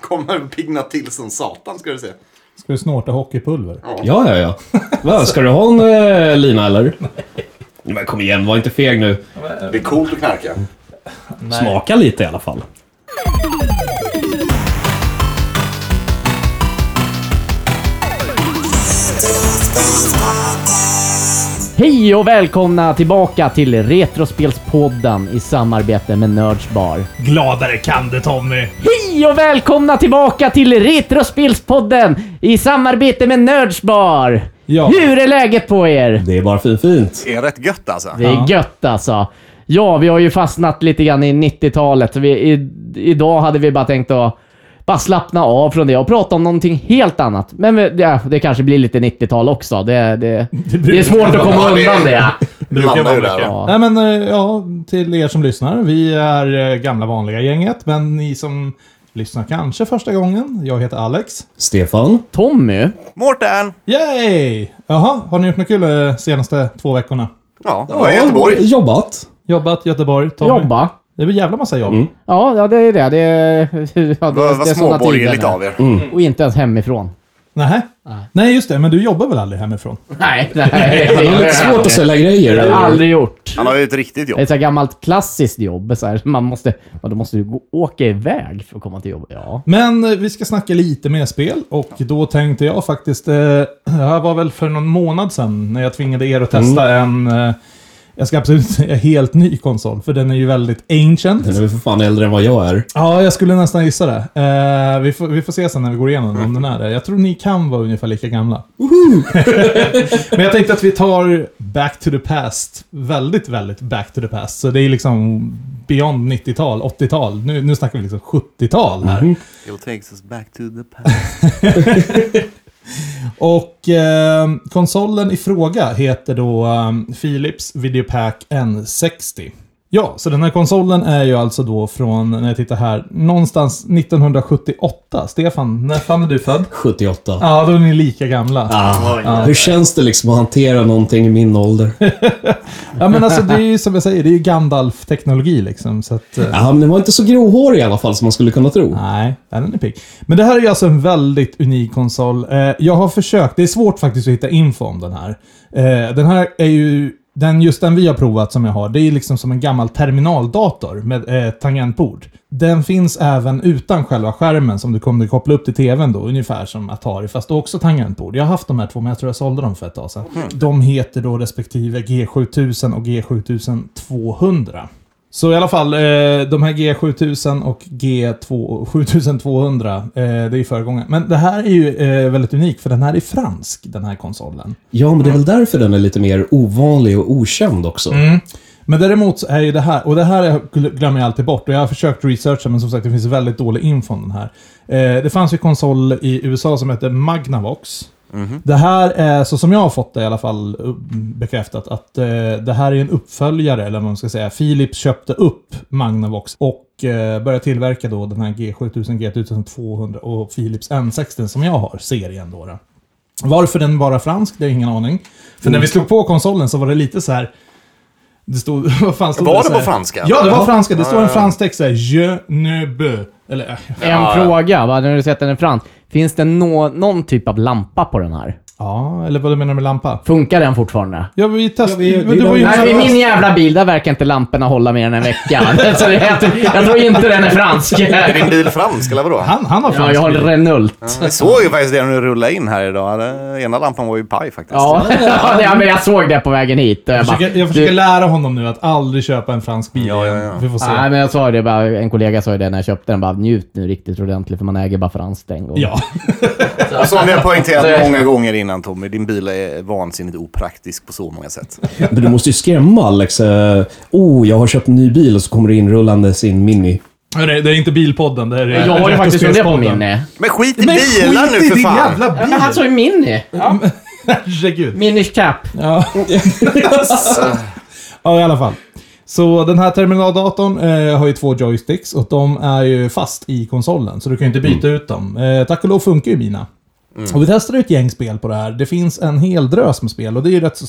kommer pigna till som satan ska du se. Ska du snorta hockeypulver? Ja, ja, ja. Va, ska du ha en eh, lina eller? Men kom igen, var inte feg nu. Det är coolt att knarka. Nej. Smaka lite i alla fall. Hej och välkomna tillbaka till Retrospelspodden i samarbete med Nördsbar. Gladare kan det Tommy. Hej och välkomna tillbaka till Retrospelspodden i samarbete med Nördsbar. Ja. Hur är läget på er? Det är bara fin fint. Det är rätt gött alltså. Det är gött alltså. Ja, vi har ju fastnat lite grann i 90-talet. Vi, i, idag hade vi bara tänkt att bara slappna av från det och prata om någonting helt annat. Men vi- ja, det kanske blir lite 90-tal också. Det, det, det är svårt att komma Ja, det- undan det. Du Brukar landar ju vara där. mycket. va? Nej men eh, ja, till er som lyssnar. Vi är eh, gamla vanliga gänget, men ni som lyssnar kanske första gången. Jag heter Alex. Stefan? Tommy, Mårten! Yay! Jaha, har ni gjort något kul eh, senaste två veckorna? Ja, det var i Göteborg. Jobbat. Jobbat Göteborg, Tommy. Mm. jobba. Det är en jävla massa jobb. Ja, ja, det är det. Det är, ja, det, Vad det vad är såna tider småborgerligt nu. av er. Och inte ens hemifrån. Nähä? Nej, just det. Men du jobbar väl aldrig hemifrån? Nej, nej. Det är lite svårt att sälja grejer. Det har jag aldrig gjort. Han har ju ett riktigt Det är jobb. ett så här gammalt klassiskt jobb. Så här. Man måste, ja, då måste du gå, åka iväg för att komma till jobbet. Ja. Men eh, vi ska snacka lite mer spel och då tänkte jag faktiskt, eh, det här var väl för någon månad sedan när jag tvingade er att testa en, eh, jag ska absolut inte säga helt ny konsol, för den är ju väldigt ancient. Den är väl för fan äldre än vad jag är. Ja, jag skulle nästan gissa det. Eh, vi, får, vi får se sen när vi går igenom om den är det. Jag tror ni kan vara ungefär lika gamla. Men jag tänkte att vi tar back to the past. Väldigt, väldigt back to the past. Så det är liksom beyond 90-tal, 80-tal. Nu, nu snackar vi liksom 70-tal här. It takes us back to the past. Och eh, konsolen i fråga heter då eh, Philips Videopack N60. Ja, så den här konsolen är ju alltså då från, när jag tittar här, någonstans 1978. Stefan, när fan är du född? 78. Ja, då är ni lika gamla. Ah, hur känns det liksom att hantera någonting i min ålder? Ja, men alltså det är ju som jag säger, det är ju Gandalf-teknologi liksom. Så att, eh, Ja, men den var inte så gråhårig i alla fall som man skulle kunna tro. Nej, den är pigg. Men det här är ju alltså en väldigt unik konsol. Eh, jag har försökt, det är svårt faktiskt att hitta info om den här. Eh, den här är ju, den, just den vi har provat som jag har, det är liksom som en gammal terminaldator med eh, tangentbord. Den finns även utan själva skärmen som du kommer att koppla upp till tvn då, ungefär som Atari, fast då också tangentbord. Jag har haft de här två, men jag tror jag sålde dem för ett tag sedan. De heter då respektive G7000 och G7200. Så i alla fall, eh, de här G7000 och G7200, eh, det är föregångaren. Men det här är ju eh, väldigt unik, för den här är fransk, den här konsolen. Ja, men det är väl därför den är lite mer ovanlig och okänd också. Men däremot så är ju det här, och det här jag gl- glömmer jag alltid bort, och jag har försökt researcha, men som sagt det finns väldigt dålig info om den här. Eh, det fanns ju en konsol i USA som hette Magnavox. Mhm. Det här är, så som jag har fått det i alla fall eh, bekräftat, att eh, det här är en uppföljare, eller vad man ska säga. Philips köpte upp Magnavox och eh, började tillverka då den här G7000, G1200 och Philips N60 som jag har, serien då. då. Varför den bara fransk, det är ingen aning. För när vi Mm. slog på konsolen så var det lite så här... Det stod, vad fan stod Var det så här? på franska? Ja, det var franska. Det står en fransk text såhär, Je ne be. Eller, äh, En fråga, va? när du sätter den fram. Finns det nå någon typ av lampa på den här? ja, eller vad du menar med lampa? Funkar den fortfarande? Ja, vi testade. vi- men vi- du var ju Nej, alltså- i inte min jävla bil där verkar inte lamporna hålla mer än en vecka. Så det, jag, tror- jag tror inte den är fransk. Är din bil fransk eller vadå? han, han har Ja, fransk jag har en bil. Renault. Vi såg ju faktiskt det när du rullade in här idag. Den ena lampan var ju paj faktiskt. Ja, ja, men jag såg det på vägen hit. och Jag Jag bara, försöker, jag du- försöker lära honom nu att aldrig köpa en fransk bil Ja, ja, ja. igen. Vi får se. Nej, men jag sa ju det bara, en kollega sa ju det när jag köpte den bara njut nu riktigt ordentligt för man äger bara franskt en gång. Ja. Och som vi har poängterat många gånger innan Tommy, din bil är vansinnigt opraktisk på så många sätt. Men du måste ju skrämma Alex. Eh, Oh, jag har köpt en ny bil och så kommer det inrullande sin Mini. Men Det, det är inte bilpodden, det är Jag har ju faktiskt det på Retrospelspodden. minne. Men skit i Men bilar skit nu i för din fan! jävla bil! Ja, men alltså- han sa ju mini. Herregud. Minish cap. Ja. ja, i alla fall. Så den här terminaldatorn eh, har ju två joysticks och de är ju fast i konsolen, så du kan ju inte byta ut dem. Eh, tack och lov funkar ju mina. Och vi testade ett gäng spel på det här. Det finns en hel drös med spel och det är ju rätt så...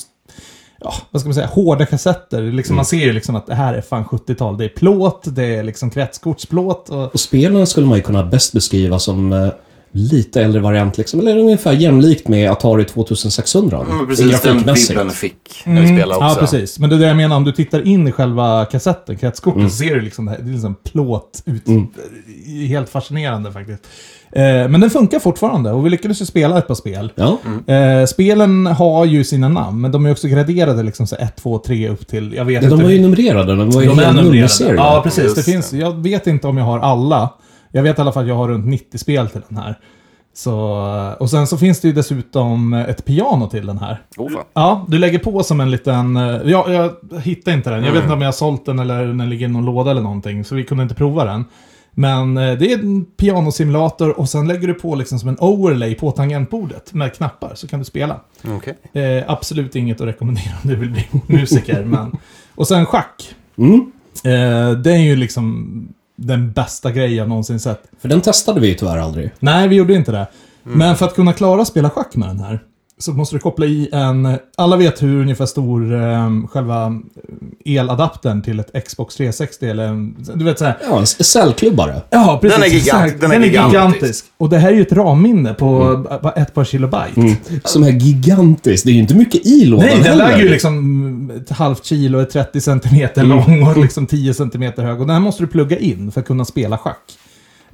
ja, vad ska man säga, hårda kassetter. Liksom, Man ser ju liksom att det här är fan 70-tal. Det är plåt, det är liksom kretskortsplåt. Och, Och spelen skulle man ju kunna bäst beskriva som eh, lite äldre variant liksom. Eller ungefär jämlikt med Atari 2600. Men precis den vibben fick när vi spelade också. Mm. Ja, precis. Men det är det jag menar, om du tittar in i själva kassetten, kretskortet, Mm. så ser du liksom det här, det är liksom plåt ut. Helt fascinerande faktiskt. Eh, men den funkar fortfarande och vi lyckades ju spela ett par spel. Ja. Mm. Eh, spelen har ju sina namn, men de är också graderade liksom så 1, 2, 3 upp till, jag vet De inte. var ju numrerade. De var ju De är hela numrerade. nummerserien. Ja, precis. Just Det finns, jag vet inte om jag har alla. Jag vet i alla fall att jag har runt 90 spel till den här. Så, och sen så finns det ju dessutom ett piano till den här. Oh, fan. Ja, du lägger på som en liten... eh, Ja, jag hittar inte den. Jag vet inte om jag har sålt den eller den ligger i någon låda eller någonting. Så vi kunde inte prova den. Men eh, det är en pianosimulator och sen lägger du på liksom som en overlay på tangentbordet med knappar så kan du spela. Okej. Eh, absolut inget att rekommendera om du vill bli musiker. men... Och sen schack. Mm. Eh, det är ju liksom den bästa grejen jag någonsin sett. För den testade vi ju tyvärr aldrig. Nej, vi gjorde inte det. Men för att kunna klara spela schack med den här så måste du koppla i en... Alla vet hur ungefär stor eh, själva eh, eladaptern till ett Xbox 360 eller... en- Du vet såhär. Ja, en s- cellklubbare. Ja, precis. Den är gigant- exakt. den är gigantisk. Mm. Och det här är ju ett ramminne på bara ett par kilobyte. Som är gigantisk. Det är ju inte mycket i lådan Nej, den heller. Mm. väger ju liksom ett halvt kilo, är 30 centimeter lång och liksom 10 centimeter hög. Och den här måste du plugga in för att kunna spela schack.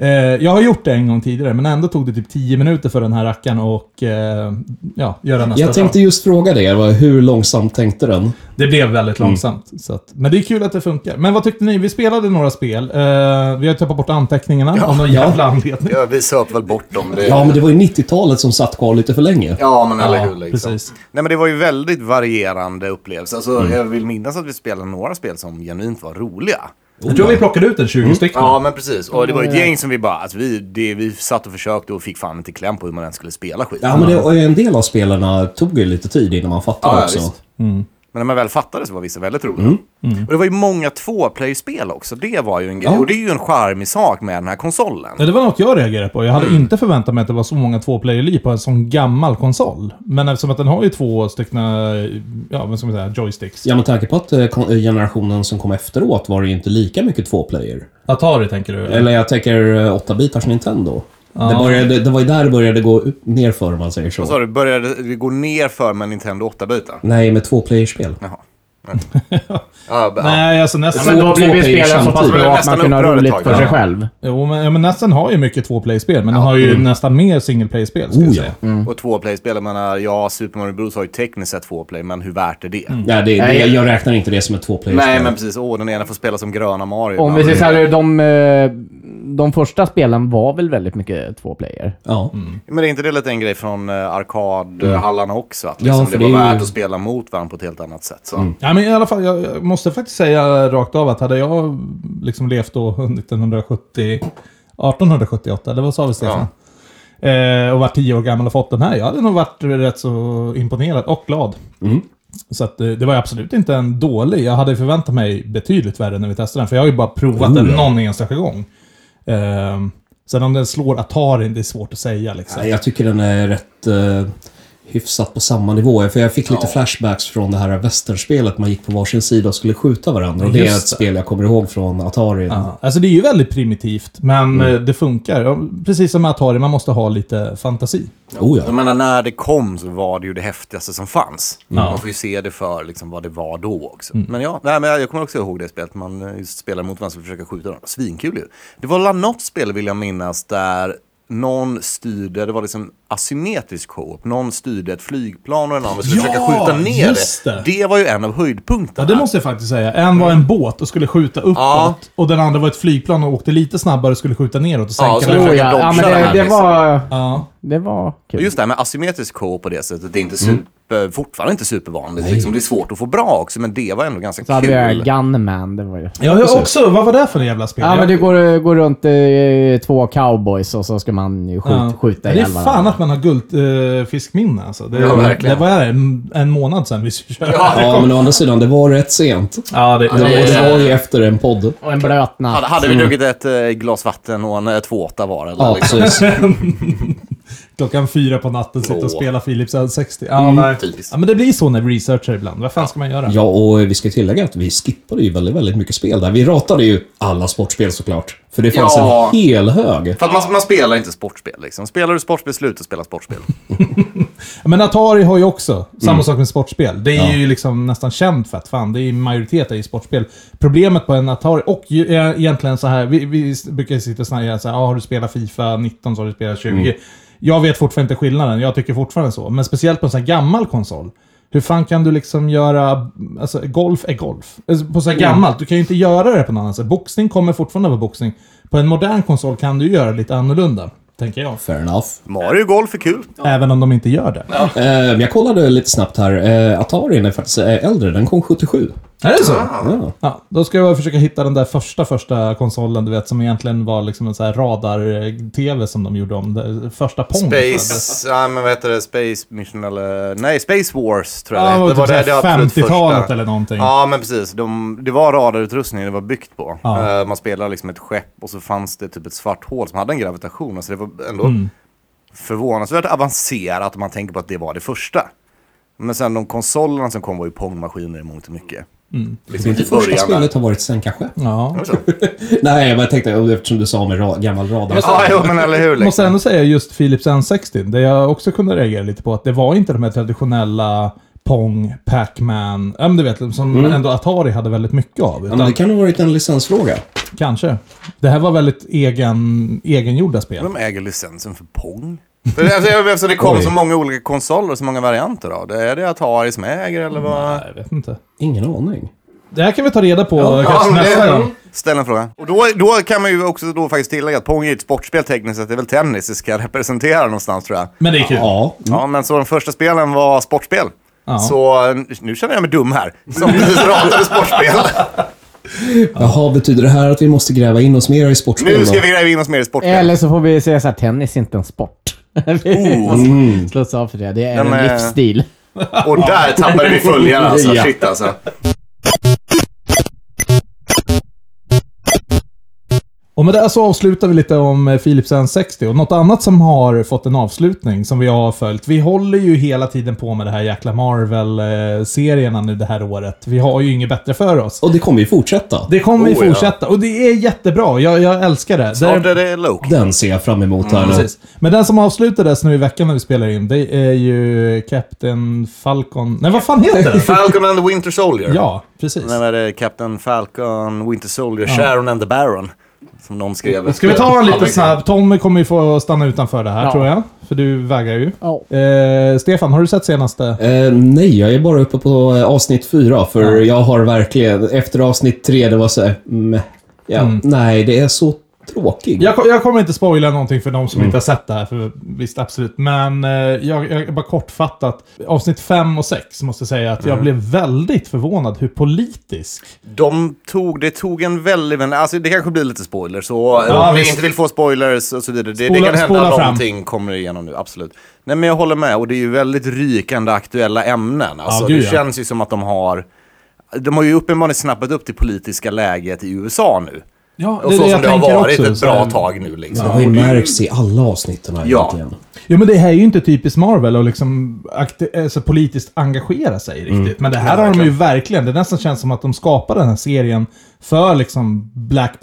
Eh, jag har gjort det en gång tidigare, men ändå tog det typ 10 minuter för den här rackaren och eh, ja, göra nästa Jag tänkte sak. just fråga dig, vad- hur långsamt tänkte den? Det blev väldigt Mm. långsamt. Så att, men det är kul att det funkar. Men vad tyckte ni? Vi spelade några spel. Eh, vi har tappat bort anteckningarna av någon ja. jävla anledning. Ja, vi söp väl bort dem. Det... Ja, men det var ju 90-talet som satt kvar lite för länge. Ja, men eller Ja, hur. Liksom. precis. Nej, men det var ju väldigt varierande upplevelse. Alltså, Jag vill minnas att vi spelade några spel som genuint var roliga. Oh. Jag tror vi plockade ut en 20 Mm. stycken. Ja, men precis. Och det var ju ett gäng som vi bara... Alltså, vi, det, vi satt och försökte och fick fan inte kläm på hur man ens skulle spela skit. Ja, men det, och en del av spelarna tog ju lite tid innan man fattade Ja, ja, också. visst. Men när man väl fattade så var vissa väldigt roliga. Mm. Och det var ju många tvåplay-spel också. Det var ju en grej. Ja. Och det är ju en charmig sak med den här konsolen. Ja, det var något jag reagerade på. Jag hade inte förväntat mig att det var så många tvåplayer-liv på en sån gammal konsol. Men eftersom att den har ju två stycken, ja vad ska man säga, joysticks. Ja, med tanke på att eh, kon- eh, generationen som kom efteråt var det ju inte lika mycket tvåplayer. Atari tänker du? Eller jag tänker eh, 8-bitars Nintendo. Det, började, det var ju där det började gå upp- ner för om man säger så. Vad sa du? Började det gå ner för med Nintendo 8-bitar? Nej, med tvåplayerspel. Jaha. Ja, ja. Nej, alltså nästan... Men då blir Två vi players spelare så pass samtidigt. bra att Nästan typ man kunde ha upprörd ett roligt tag, för ja. sig själv. Jo, men, ja, men nästan har ju mycket tvåplayer-spel. Men den har ju nästan mer single-player-spel, ska Oh, jag ja. säga. Och tvåplay-spel, jag menar, ja, Super Mario Bros har ju tekniskt sett tvåplay, men hur värt är det? Nej, det, det, Nej. jag räknar inte det som ett tvåplayerspel. Nej, men precis. Åh, den ena får spela som gröna Mario. Om vi Ja, säger såhär, de, eh, de första spelen var väl väldigt mycket två player. Ja. Men det är inte det lite en grej från eh, arkadhallarna också? Att Ja, liksom, för det det var är ju- Mm. värt att spela mot varandra på ett helt annat sätt. Så. Ja, men i alla fall, jag jag måste faktiskt säga rakt av att hade jag liksom levt då 1970, 1878, det var sa vi Stefan? Eh, och varit tio år gammal och fått den här, jag hade nog varit rätt så imponerad och glad. Så att, eh, det var ju absolut inte en dålig. Jag hade förväntat mig betydligt värre när vi testade den, för jag har ju bara provat den någon enstaka gång. Eh, sen om den slår Atarin, det är svårt att säga liksom. Nej, Jag tycker den är rätt eh, hyfsat på samma nivå. För jag fick lite flashbacks från det här västerspelet. Man gick på varsin sida och skulle skjuta varandra. Och det är Just ett spel jag kommer ihåg från Atari. Ja, alltså det är ju väldigt primitivt, men eh, det funkar. Ja, Precis som med Atari, man måste ha lite fantasi. Oh, ja. Jag menar, när det kom så var det ju det häftigaste som fanns. Man får ju se det för liksom, vad det var då också. Men ja, nej, men jag jag kommer också ihåg det spelet. Man eh, just spelar mot varandra och försöker skjuta dem. Svinkul ju. Det var la något spel, vill jag minnas, där någon styrde, det var liksom asymmetrisk co-op, någon styrde ett flygplan och en annan skulle Ja, försöka skjuta ner just det. det. Det var ju en av Ja, höjdpunkterna. det måste jag faktiskt säga. En var en båt och skulle skjuta uppåt. Ja. Och den andra var ett flygplan och åkte lite snabbare och skulle skjuta neråt och sänka Ja, så- den. försöka Oh, ja. ja, dodga men den det, här, det, liksom. var, Ja. det var Och kul. Just det här med asymmetrisk co-op på det sättet, det är inte super, fortfarande inte supervanligt. Liksom. Det är svårt att få bra också, men det var ändå ganska Så hade kul. vi Gunman, det var ju... Jag har också, vad var det för jävla spel? Ja, men Jag- du går, går runt eh, två cowboys och så ska man ju skjut, Ja. skjuta Det är ihjäl fan varandra. att man har guldfiskminne alltså. Det, Ja, verkligen. det var en, en månad sedan vi körde. ja, men å andra sidan, det var rätt sent. Ja, det, Det var, det var ju efter en podd. Och en blöt Hade, natt. hade vi druckit ett eh, glas vatten och en eh, tvååtta var eller? Ja, liksom. precis. klockan fyra på natten sitta och Åh. spela Philips L60. Ja, nej. Typiskt. ja, men det blir så när vi researchar ibland. Vad fan ska man göra? Ja, och vi ska tillägga att vi skippade ju väldigt, väldigt mycket spel där. Vi ratade ju alla sportspel såklart. För det fanns Ja. en hel hög. För att man, man spelar inte sportspel liksom. Spelar du sportspel, sluta spela sportspel. Men Atari har ju också samma sak med sportspel. Det är ju liksom nästan känt för att fan, det är majoriteten i sportspel. Problemet på en Atari, och ju, eh, egentligen så här, vi, vi brukar sitta och snacka så här, ah, har du spelat Fifa 19 så har du spelat 20. Jag vet fortfarande inte skillnaden, jag tycker fortfarande så. Men speciellt på en sån här gammal konsol. Hur fan kan du liksom göra... Alltså, golf är golf. Alltså, på så här gammalt, du kan ju inte göra det på något annat sätt. Boxning kommer fortfarande vara boxning. På en modern konsol kan du göra lite annorlunda, tänker jag. Fair enough. Mario Golf är kul. Även om de inte gör det. Eh, men jag kollade lite snabbt här. Eh, Atarin är faktiskt eh, äldre. Den kom Ah, 77. Är det så? Ja. Ja, då ska jag försöka hitta den där första, första konsolen, du vet, som egentligen var liksom en sån här radar-tv som de gjorde om. Det- Första Pong. Space, ja, men vad heter det? Space Mission eller... Nej, Space Wars tror jag Ja, det det var det, typ det så här absolut 50-talet första. eller någonting. Ja, men precis. De, det var radarutrustning det var byggt på. Ja. Eh, man spelade liksom ett skepp och så fanns det typ ett svart hål som hade en gravitation. Alltså det var ändå förvånansvärt avancerat om man tänker på att det var det första. Men sen de konsolerna som kom var ju pongmaskiner i mångt och mycket. Liksom Det i första början. där. spelet har varit sen kanske. Ja. Det var så. Nej, men jag tänkte eh, eftersom du sa med ra- gammal radar. Ja, jo, men eller hur. Måste Liksom. ändå säga just Philips N60, det jag också kunde reagera lite på, att det var inte de här traditionella Pong, Pac-Man, ja men du vet, som ändå Atari hade väldigt mycket av. Mm. Ja, Utan men det kan ha varit en licensfråga. Kanske. Det här var väldigt egen, egengjorda spel. De äger licensen för Pong. För det, alltså, eftersom det kom Oj. så många olika konsoler och så många varianter av det. Är det Atari som äger eller vad? Nej, jag vet inte. Ingen aning. Det här kan vi ta reda på kanske men det- nästa gång. Ställ en fråga. Och då, då kan man ju också då faktiskt tillägga att Pong är ett sportspel tekniskt sett. Det är väl tennis det ska representera någonstans tror jag. Men det är kul. Ja. Ja, men så de första spelen var sportspel. Ja. Så eh, nu känner jag mig dum här, som precis ratade sportspel. Jaha, betyder det här att vi måste gräva in oss mer i Nu sportspel då? ska vi gräva in oss mer i sportspel. Eller så får vi säga såhär, tennis är inte en sport. Oh. Mm. eh, Slå oss av för det. Det är Den en är- livsstil. Och där tappade vi följare alltså. Ja. Shit alltså. Och med det här så avslutar vi lite om eh, Philips N60 och något annat som har fått en avslutning som vi har följt. Vi håller ju hela tiden på med det här jäkla Marvel-serierna nu det här året. Vi har ju inget bättre för oss. Och det kommer ju fortsätta. Det kommer vi Oh, ja. fortsätta och det är jättebra. Jag, jag älskar det. Snart Där- är det Loke. Den ser jag fram emot här Mm. nu. Precis. Men den som avslutades nu i veckan när vi spelar in, det är ju Captain Falcon... Nej, vad fan heter den? Falcon and the Winter Soldier. Ja, precis. Nej, men det är Captain Falcon, Winter Soldier, Sharon and the Baron. Som någon skrev. Ska vi ta en liten snabb? Tommy kommer ju få stanna utanför det här Ja. tror jag. För du vägrar ju. Ja. Eh, Stefan, har du sett senaste? Eh, nej, jag är bara uppe på eh, avsnitt fyra, för jag har verkligen... Efter avsnitt tre, det var så här, mm, ja, Nej, det är så tråkigt. Jag, ko- jag kommer inte spoila någonting för de Mm. som inte har sett det här, för visst absolut. Men eh, jag, jag bara kortfattat. Avsnitt 5 och 6 måste jag säga att Mm. jag blev väldigt förvånad hur politisk. De tog, det tog en väldigt, men alltså det kanske blir lite spoiler så Ja, om vi visst. inte vill få spoilers och så vidare. Det, Spola- det kan hända spola att fram. någonting kommer igenom nu, absolut. Nej men jag håller med och det är ju väldigt rykande aktuella ämnen. Alltså, gud, det ja. känns ju som att de har, de har ju uppenbarligen snappat upp det politiska läget i USA nu. Ja, Och så som det har varit ett så bra här- tag nu liksom. Det har ju märkts i alla avsnitten här Ja. egentligen. Ja, men det här är ju inte typiskt Marvel att liksom akti- alltså, politiskt engagera sig Mm. riktigt. Men det här har de ju verkligen. Det nästan känns som att de skapar den här serien för liksom black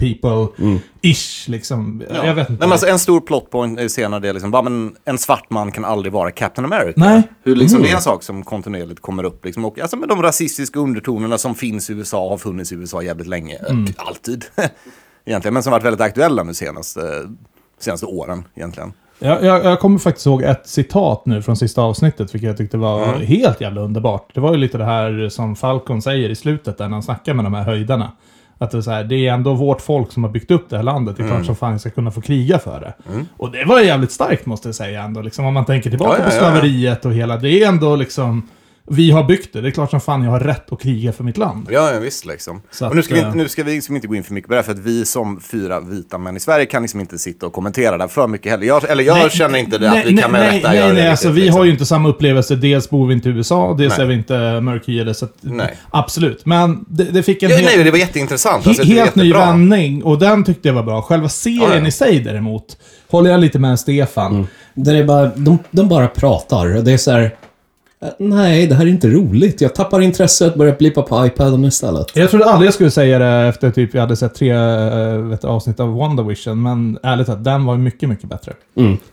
people-ish. Liksom. Jag vet Nej, inte. men alltså, en stor plot point i senare del, liksom, va, men en svart man kan aldrig vara Captain America. Nej. Hur, liksom, Det är en sak som kontinuerligt kommer upp. Liksom, och, alltså, med de rasistiska undertonerna som finns i USA och har funnits i USA jävligt länge. Eh, Alltid, egentligen. Men som varit väldigt aktuella nu senaste, senaste åren, egentligen. Jag, jag, jag kommer faktiskt ihåg ett citat nu från sista avsnittet, vilket jag tyckte var Mm. helt jävla underbart. Det var ju lite det här som Falcon säger i slutet, där när han snackar med de här höjdarna. Att det är, så här, det är ändå vårt folk som har byggt upp det här landet. Det är Mm. klart som fan ska kunna få kriga för det. Och det var jävligt starkt måste jag säga ändå. Liksom, om man tänker tillbaka Ja, ja, på ja. slaveriet och hela. Det är ändå liksom Vi har byggt det, det är klart som fan jag har rätt att kriga för mitt land. Ja, ja visst liksom. Så att, och nu ska, vi, eh, inte- nu ska vi liksom inte gå in för mycket på det här, för att vi som fyra vita män i Sverige kan liksom inte sitta och kommentera det här för mycket heller. Jag, eller jag känner inte det att vi kan med nej, rätta nej, göra nej, det alltså, riktigt, vi liksom. har ju inte samma upplevelse. Dels bor vi inte i USA, dels Nej. är vi inte mörkhyade. Så att, Nej. absolut, men det, det fick en Ja, hel- nej, det var jätteintressant. Alltså, He- det är helt ny jättebra. vändning och den tyckte jag var bra. Själva serien Ja, ja. i sig däremot håller jag lite med Stefan. Där är bara, de, de bara pratar. Det är så här... eh, Nej, det här är inte roligt. Jag tappar intresset, börjar blippa på iPaden istället. Jag trodde aldrig jag skulle säga det efter typ jag hade sett tre eh, vet, du, avsnitt av WandaVision, men ärligt talat, den var ju mycket, mycket bättre.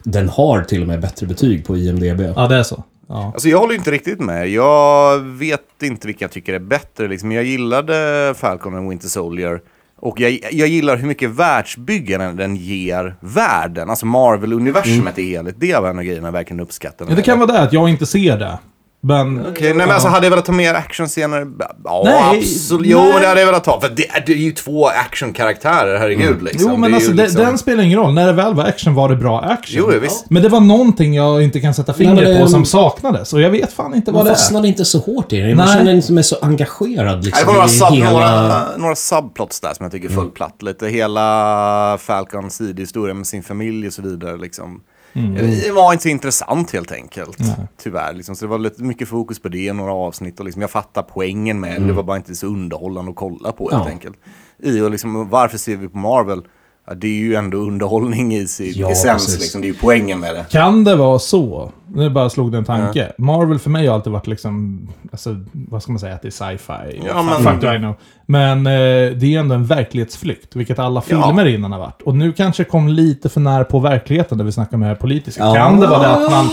Den har till och med bättre betyg på IMDB. Ja, det är så. Ja. Alltså jag håller inte riktigt med. Jag vet inte vilka jag tycker är bättre. Liksom. Jag gillade Falcon and Winter Soldier. Och jag, jag gillar hur mycket världsbyggaren den ger världen. Alltså Marvel-universumet i helhet. Det var en av grejerna jag verkligen uppskattade. Ja, det kan vara det att jag inte ser det. Men... Okej, nej, men alltså hade jag velat ta mer actionscener? Ja, Nej, absolut. Jo, nej. men det hade jag velat ta. För det, det är ju två actionkaraktärer, herregud. Liksom. Jo, men det är alltså ju det- liksom... den spelar ingen roll. När det väl var action var det bra action. Jo, visst. Men det var någonting jag inte kan sätta fingret Nej, men det- på som saknades. Och jag vet fan inte vad Man det är. fastnade inte så hårt i det. Man Nej. känner inte mig så engagerad Nej, liksom, Det var några, sub, i hela... några, några subplots där som jag tycker föll platt lite. Hela Falcons sidohistoria med sin familj och så vidare. Liksom. Mm. Det var inte så intressant helt enkelt, tyvärr. Liksom. Så det var lite mycket fokus på det i några avsnitt. Och liksom, jag fattar poängen med det, det var bara inte så underhållande att kolla på helt Mm. Ja. enkelt. I, och liksom, varför ser vi på Marvel? Ja, det är ju ändå underhållning i sin Ja, essens, precis. liksom. det är ju poängen med det. Kan det vara så? Nu bara slog det en tanke. Marvel för mig har alltid varit liksom, alltså, vad ska man säga, att det är sci-fi. Ja, men, men- fuck do I know. Men eh, det är ändå en verklighetsflykt, vilket alla filmer innan har varit. Och nu kanske kom lite för nära på verkligheten, där vi snackar med det här politiska. Ja. Kan det vara det att man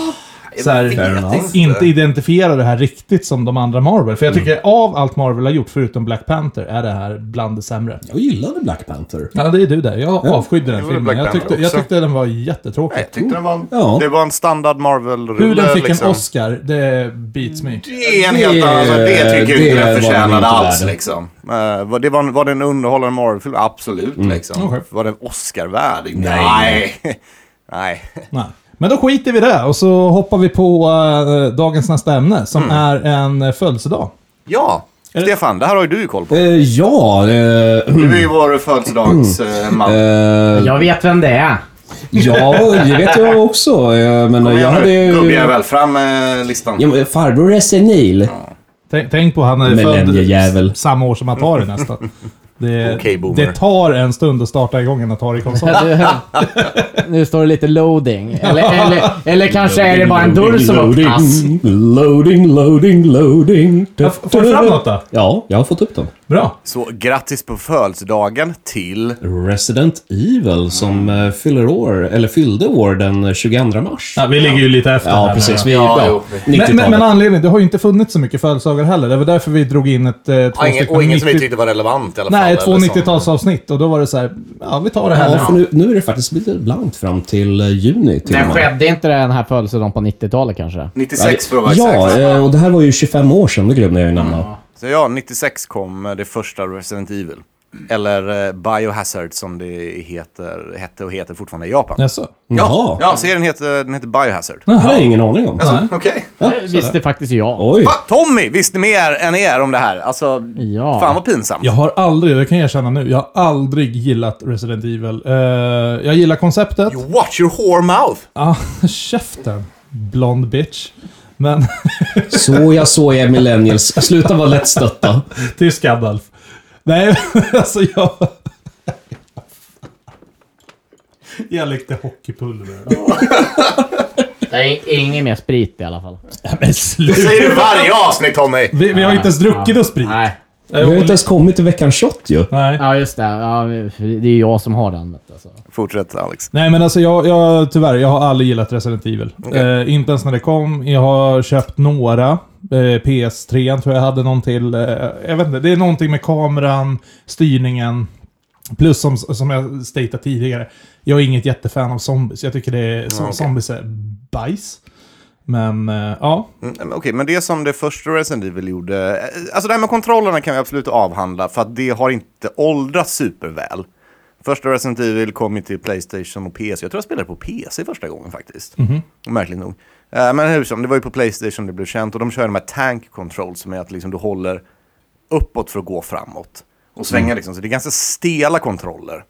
så här, vet inte. inte. identifierar det här riktigt som de andra Marvel? För jag Mm. tycker av allt Marvel har gjort, förutom Black Panther, är det här bland det sämre. Jag gillade Black Panther. Ja, det är du där. Jag avskydde den gjorde filmen. Black Jag tyckte, Panther jag också. tyckte den var jättetråkig. Nej, jag tyckte den var en, Mm. Ja. Det var en standard Marvel-rulle. Hur den fick liksom. en Oscar, det beats me. Det är en helt annan sak. Det tycker jag det inte var den den förtjänade inte alls. värd. Liksom. Eh, var, det var, var det en underhållande Marvel-film? Absolut. Liksom. Okej. Var den Oscar-värd? Mm. Nej. Nej. Nej. Nej. Men då skiter vi i det och så hoppar vi på eh, dagens nästa ämne som Mm. är en eh, födelsedag. Ja, det- Mm. Stefan, det här har ju du ju koll på. Eh, ja, eh, Du är ju vår födelsedagsman. eh, Jag vet vem det är. ja, det vet jag också. Eh, men Kom jag igen hade nu, ju... gubbjävel. Fram med listan. Ja, men farbror är senil. Tänk, tänk på han är Millenniejävel. född samma år som Atari nästan. Det, Okej, boomer. det tar en stund att starta igång en Atari-konsol. nu står det lite loading. Eller, eller, eller kanske är det bara en dörr som öppnas. Loading, Loading, loading, loading. Får du fram något då? Ja, jag har fått upp dem. Bra. Så grattis på födelsedagen till... Resident Evil som eh, fyller år, eller fyllde år den 22 mars. Ja, vi ligger ju lite efter Ja, här precis. nu. Vi är Ja, ja, jo. Men, men, men 90-talet. anledningen, det har ju inte funnits så mycket födelsedagar heller. Det var därför vi drog in ett... Eh, två Ja, ingen, stycken och ingen som typ vi 90 tyckte var relevant i alla fall. Nej, eller två som- 90-talsavsnitt och då var det så här, ja vi tar det här Ja, för nu. nu, nu är det faktiskt lite blankt fram till eh, juni till Men och med. skedde inte den här födelsedagen på 90-talet kanske? 96 för att vara Ja, exakt. eh, och det här var ju 25 år sedan, det glömde jag ju nämna. Så ja, 96 kom eh, det första Resident Evil. Eller eh, Biohazard som det heter, hette och heter fortfarande i Japan. Jaså? Jaha, Ja, Alltså, serien heter, den heter Biohazard. det hade jag ingen aning om. Nej. Okej. Det visste faktiskt jag. Oj, Va? Tommy visste mer än er om det här. Alltså, Ja. fan vad pinsamt. Jag har aldrig, det kan jag erkänna nu, jag har aldrig gillat Resident Evil. Eh, jag gillar konceptet. You watch your whore mouth. Ah, käften. Blond bitch. Men, så jag så är millennials. Sluta vara lättstötta. tysk Gandalf. Nej, alltså jag... Jag läckte hockeypulver. Det är inget mer sprit i alla fall. Men Det sluta. säger du varje avsnitt Tommy. Vi, vi har inte ens druckit oss sprit. Nej. Vi har ju inte ens kommit till veckans shot ju. Nej. Ja, just det. Ja, det är jag som har den. vet du, Alltså. Fortsätt Alex. Nej, men alltså jag, jag, tyvärr, jag har aldrig gillat Resident Evil. Eh, inte ens när det kom. Jag har köpt några. Eh, PS3 tror jag hade någon till. Eh, jag vet inte, det är någonting med kameran, styrningen. Plus som, som jag statat tidigare, jag är inget jättefan av zombies. Jag tycker det är, som, okej. zombies är bajs. Men eh, ja, Mm, men Okej, men det som det första Resident Evil gjorde... eh, Alltså det här med kontrollerna kan vi absolut avhandla för att det har inte åldrats superväl. Första Resident Evil kom ju till Playstation och PC. Jag tror jag spelade på PC första gången faktiskt. Märkligt nog. Eh, Men hur som, det var ju på Playstation det blev känt. Och de kör de här tank controls som är att liksom du håller uppåt för att gå framåt. Och svänga liksom. Så det är ganska stela kontroller.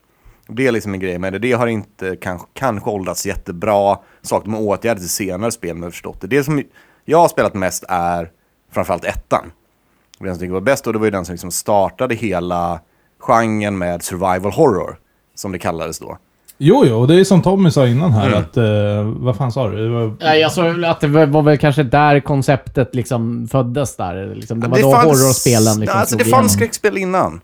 Det är liksom en grej med det. Det har inte kanske, kanske åldrats jättebra. Saker de har åtgärdat i senare spel, men jag har förstått det. Det som jag har spelat mest är framförallt ettan. Och Den som tycker var bäst och det var ju den som liksom startade hela genren med survival horror, som det kallades då. Jo, jo, och det är som Tommy sa Mm. innan här att... Eh, vad fan sa du? Det var- Ja, jag såg väl att det var var väl kanske där konceptet liksom föddes där. Liksom, det var då horrorspelen liksom alltså, det slog fanns igenom. skräckspel innan.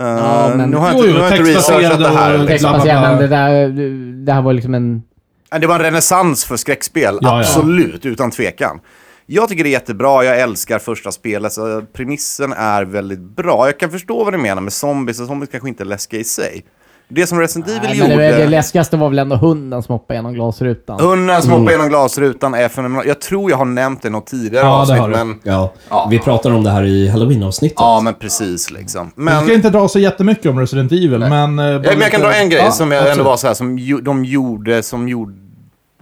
Eh, Ja, men- nu har jag Jo, inte, jo, nu har jag inte textbaserade researchat det här. och- Liksom. Textbaserat, men det där... Det här var liksom en... Men Det var en renässans för skräckspel, Ja, ja. absolut, utan tvekan. Jag tycker det är jättebra, jag älskar första spelet, så premissen är väldigt bra. Jag kan förstå vad du menar med zombies, och zombies kanske inte är läskiga i sig. Det som Resident Evil Nej, men gjorde... det, det läskigaste var väl ändå hunden som hoppade genom glasrutan. Hunden som hoppar genom glasrutan är fenomenal. Jag tror jag har nämnt det något tidigare Mm. Ja, det avsnitt, har du. men... Ja, Ja. vi pratade om det här i halloween-avsnittet. Ja, men precis liksom. Vi Men, ska inte dra så jättemycket om Resident Evil, men... eh, bara ja, men jag kan lite- dra en grej Ja, som jag ändå absolut. var så här, som ju, de gjorde, som gjorde...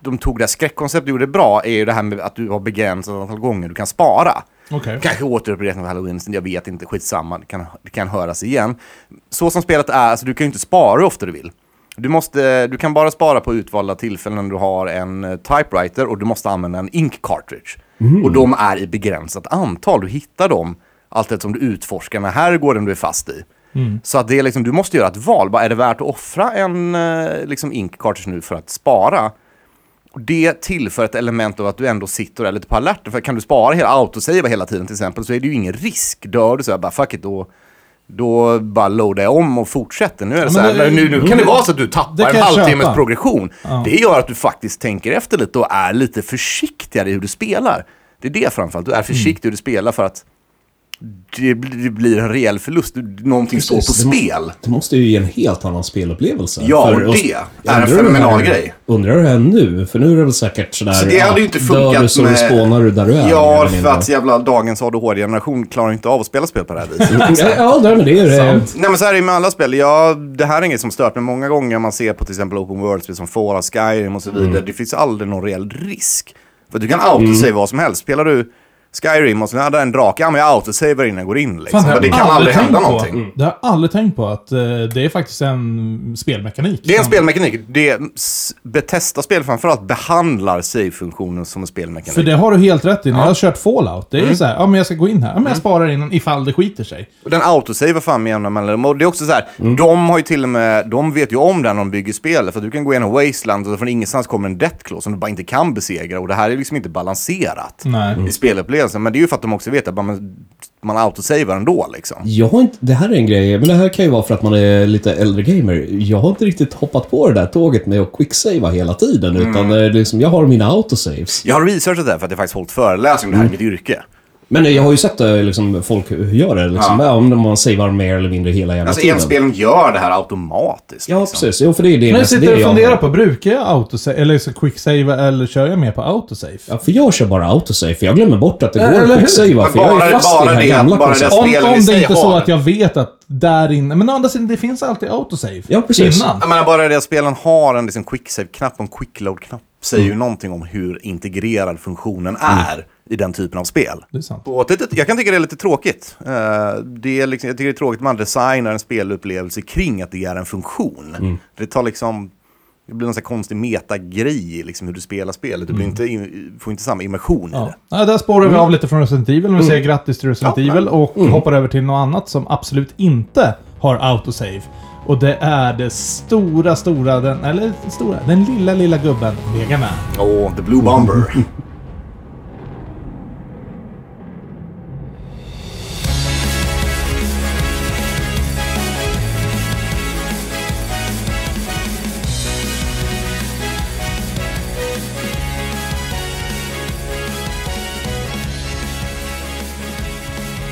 De tog det här skräckkonceptet och gjorde det bra, är ju det här med att du har begränsat antal gånger du kan spara. Okej. Kanske återupprepning av halloween, jag vet inte, skitsamma, det kan, det kan höras igen. Så som spelet är, alltså, du kan ju inte spara hur ofta du vill. Du, måste, du kan bara spara på utvalda tillfällen du har en eh, typewriter och du måste använda en ink cartridge. Och de är i begränsat antal, du hittar dem allt eftersom du utforskar den här gården du är fast i. Så att det är liksom, du måste göra ett val, Bara, är det värt att offra en eh, liksom, ink cartridge nu för att spara? Och det tillför ett element av att du ändå sitter och är lite på alerten. För kan du spara hela autosave hela tiden till exempel så är det ju ingen risk. Dör du så här, bara fuck it, då, då bara loadar jag om och fortsätter. Nu är det men så här, det- nu, nu kan det vara så att du det tappar kan en jag halvtimmes köpa. progression. Det gör att du faktiskt tänker efter lite och är lite försiktigare i hur du spelar. Det är det framförallt, du Mm. är försiktig i hur du spelar för att det blir det blir en rejäl förlust. Du- Någonting står på Precis, det må- spel. Det måste ju ge en helt annan spelupplevelse. Ja, och oss- det är en Undrar hur fenomenal det här- grej. Undrar hur det är nu, för nu är det väl säkert sådär... Så Alltså, det hade ju inte funkat Dör du så med- spånar du där du är. mer Ja, eller för mindre. att jävla dagens ADHD-generation klarar inte av att spela spel på det här viset. Ja, ja, nej, men det är det. Nej men så här är det med alla spel. Ja, det här är inget som stört mig. Många gånger man ser på till exempel Open World-spel som Fallout, Skyrim och så vidare. Mm. Det finns aldrig någon reell risk. För du kan autosave vad som helst. Spelar du Skyrim och så hade en drake, ja men jag autosaver innan jag går in liksom. Fan, det har Men det jag kan aldrig tänkt hända på. Mm. någonting. Mm. Det har jag aldrig tänkt på, att eh, det är faktiskt en spelmekanik. Det är en som- spelmekanik. Det s- Bethesda-spel framförallt behandlar save-funktionen som en spelmekanik. För det har du helt rätt i. När jag har kört Fallout, det är ju Mm. så här, ja men jag ska gå in här. Ja men jag sparar innan ifall det skiter sig. Och Den autosaver fan med jämna mellanrum. Och det är också så här, de har ju till och med, de vet ju om det när de bygger spelet. För att du kan gå igenom Wasteland och från ingenstans kommer en Death Claw som du bara inte kan besegra. Och det här är liksom inte balanserat Nej. i spelupplevelsen. Men det är ju för att de också vet att man, man autosaver ändå liksom. Jag har inte, det här är en grej, men det här kan ju vara för att man är lite äldre gamer. Jag har inte riktigt hoppat på det där tåget med att quicksava hela tiden, Mm. utan det är liksom, jag har mina autosaves. Jag har researchat det här för att jag faktiskt hållit föreläsning om det här i mitt yrke. Men jag har ju sett eh, liksom, folk gör det, liksom, ja. om man savar mer eller mindre hela jävla Alltså tiden. enspelen gör det här automatiskt. Ja, liksom. precis. Jo, för det är det Men jag mest sitter det och funderar har. på, brukar jag autosave, eller så quicksave, eller kör jag mer på autosave? Ja, för jag kör bara autosave, för jag glömmer bort att det Eller går hur? att quicksava, Men för jag bara- är fast i bara det här det- gamla bara det- konceptet. Om, Spelen i om det sig inte är så har- att jag vet att där inne... Men å andra sidan, det finns alltid autosave. Ja, precis. Innan. Jag menar bara det att spelen har en liksom quicksave-knapp och en quickload-knapp säger ju någonting om hur integrerad funktionen är i den typen av spel. Det är sant. Och det- Jag kan tycka det är lite tråkigt. Eh, Det är liksom, jag tycker det är tråkigt att man designar en spelupplevelse kring att det är en funktion. Mm. Det tar liksom... Det blir någon sån här konstig metagrej i liksom hur du spelar spelet. Du blir inte in, får inte samma immersion i Mm. Ja. det. Ja, där spårar vi av lite från Resident Evil. Vi säger grattis till Resident Evil och hoppar över till något annat som absolut inte har autosave. Och det är det stora, stora, den, eller stora, den lilla, lilla gubben Mega Man. Åh, The Blue Bomber.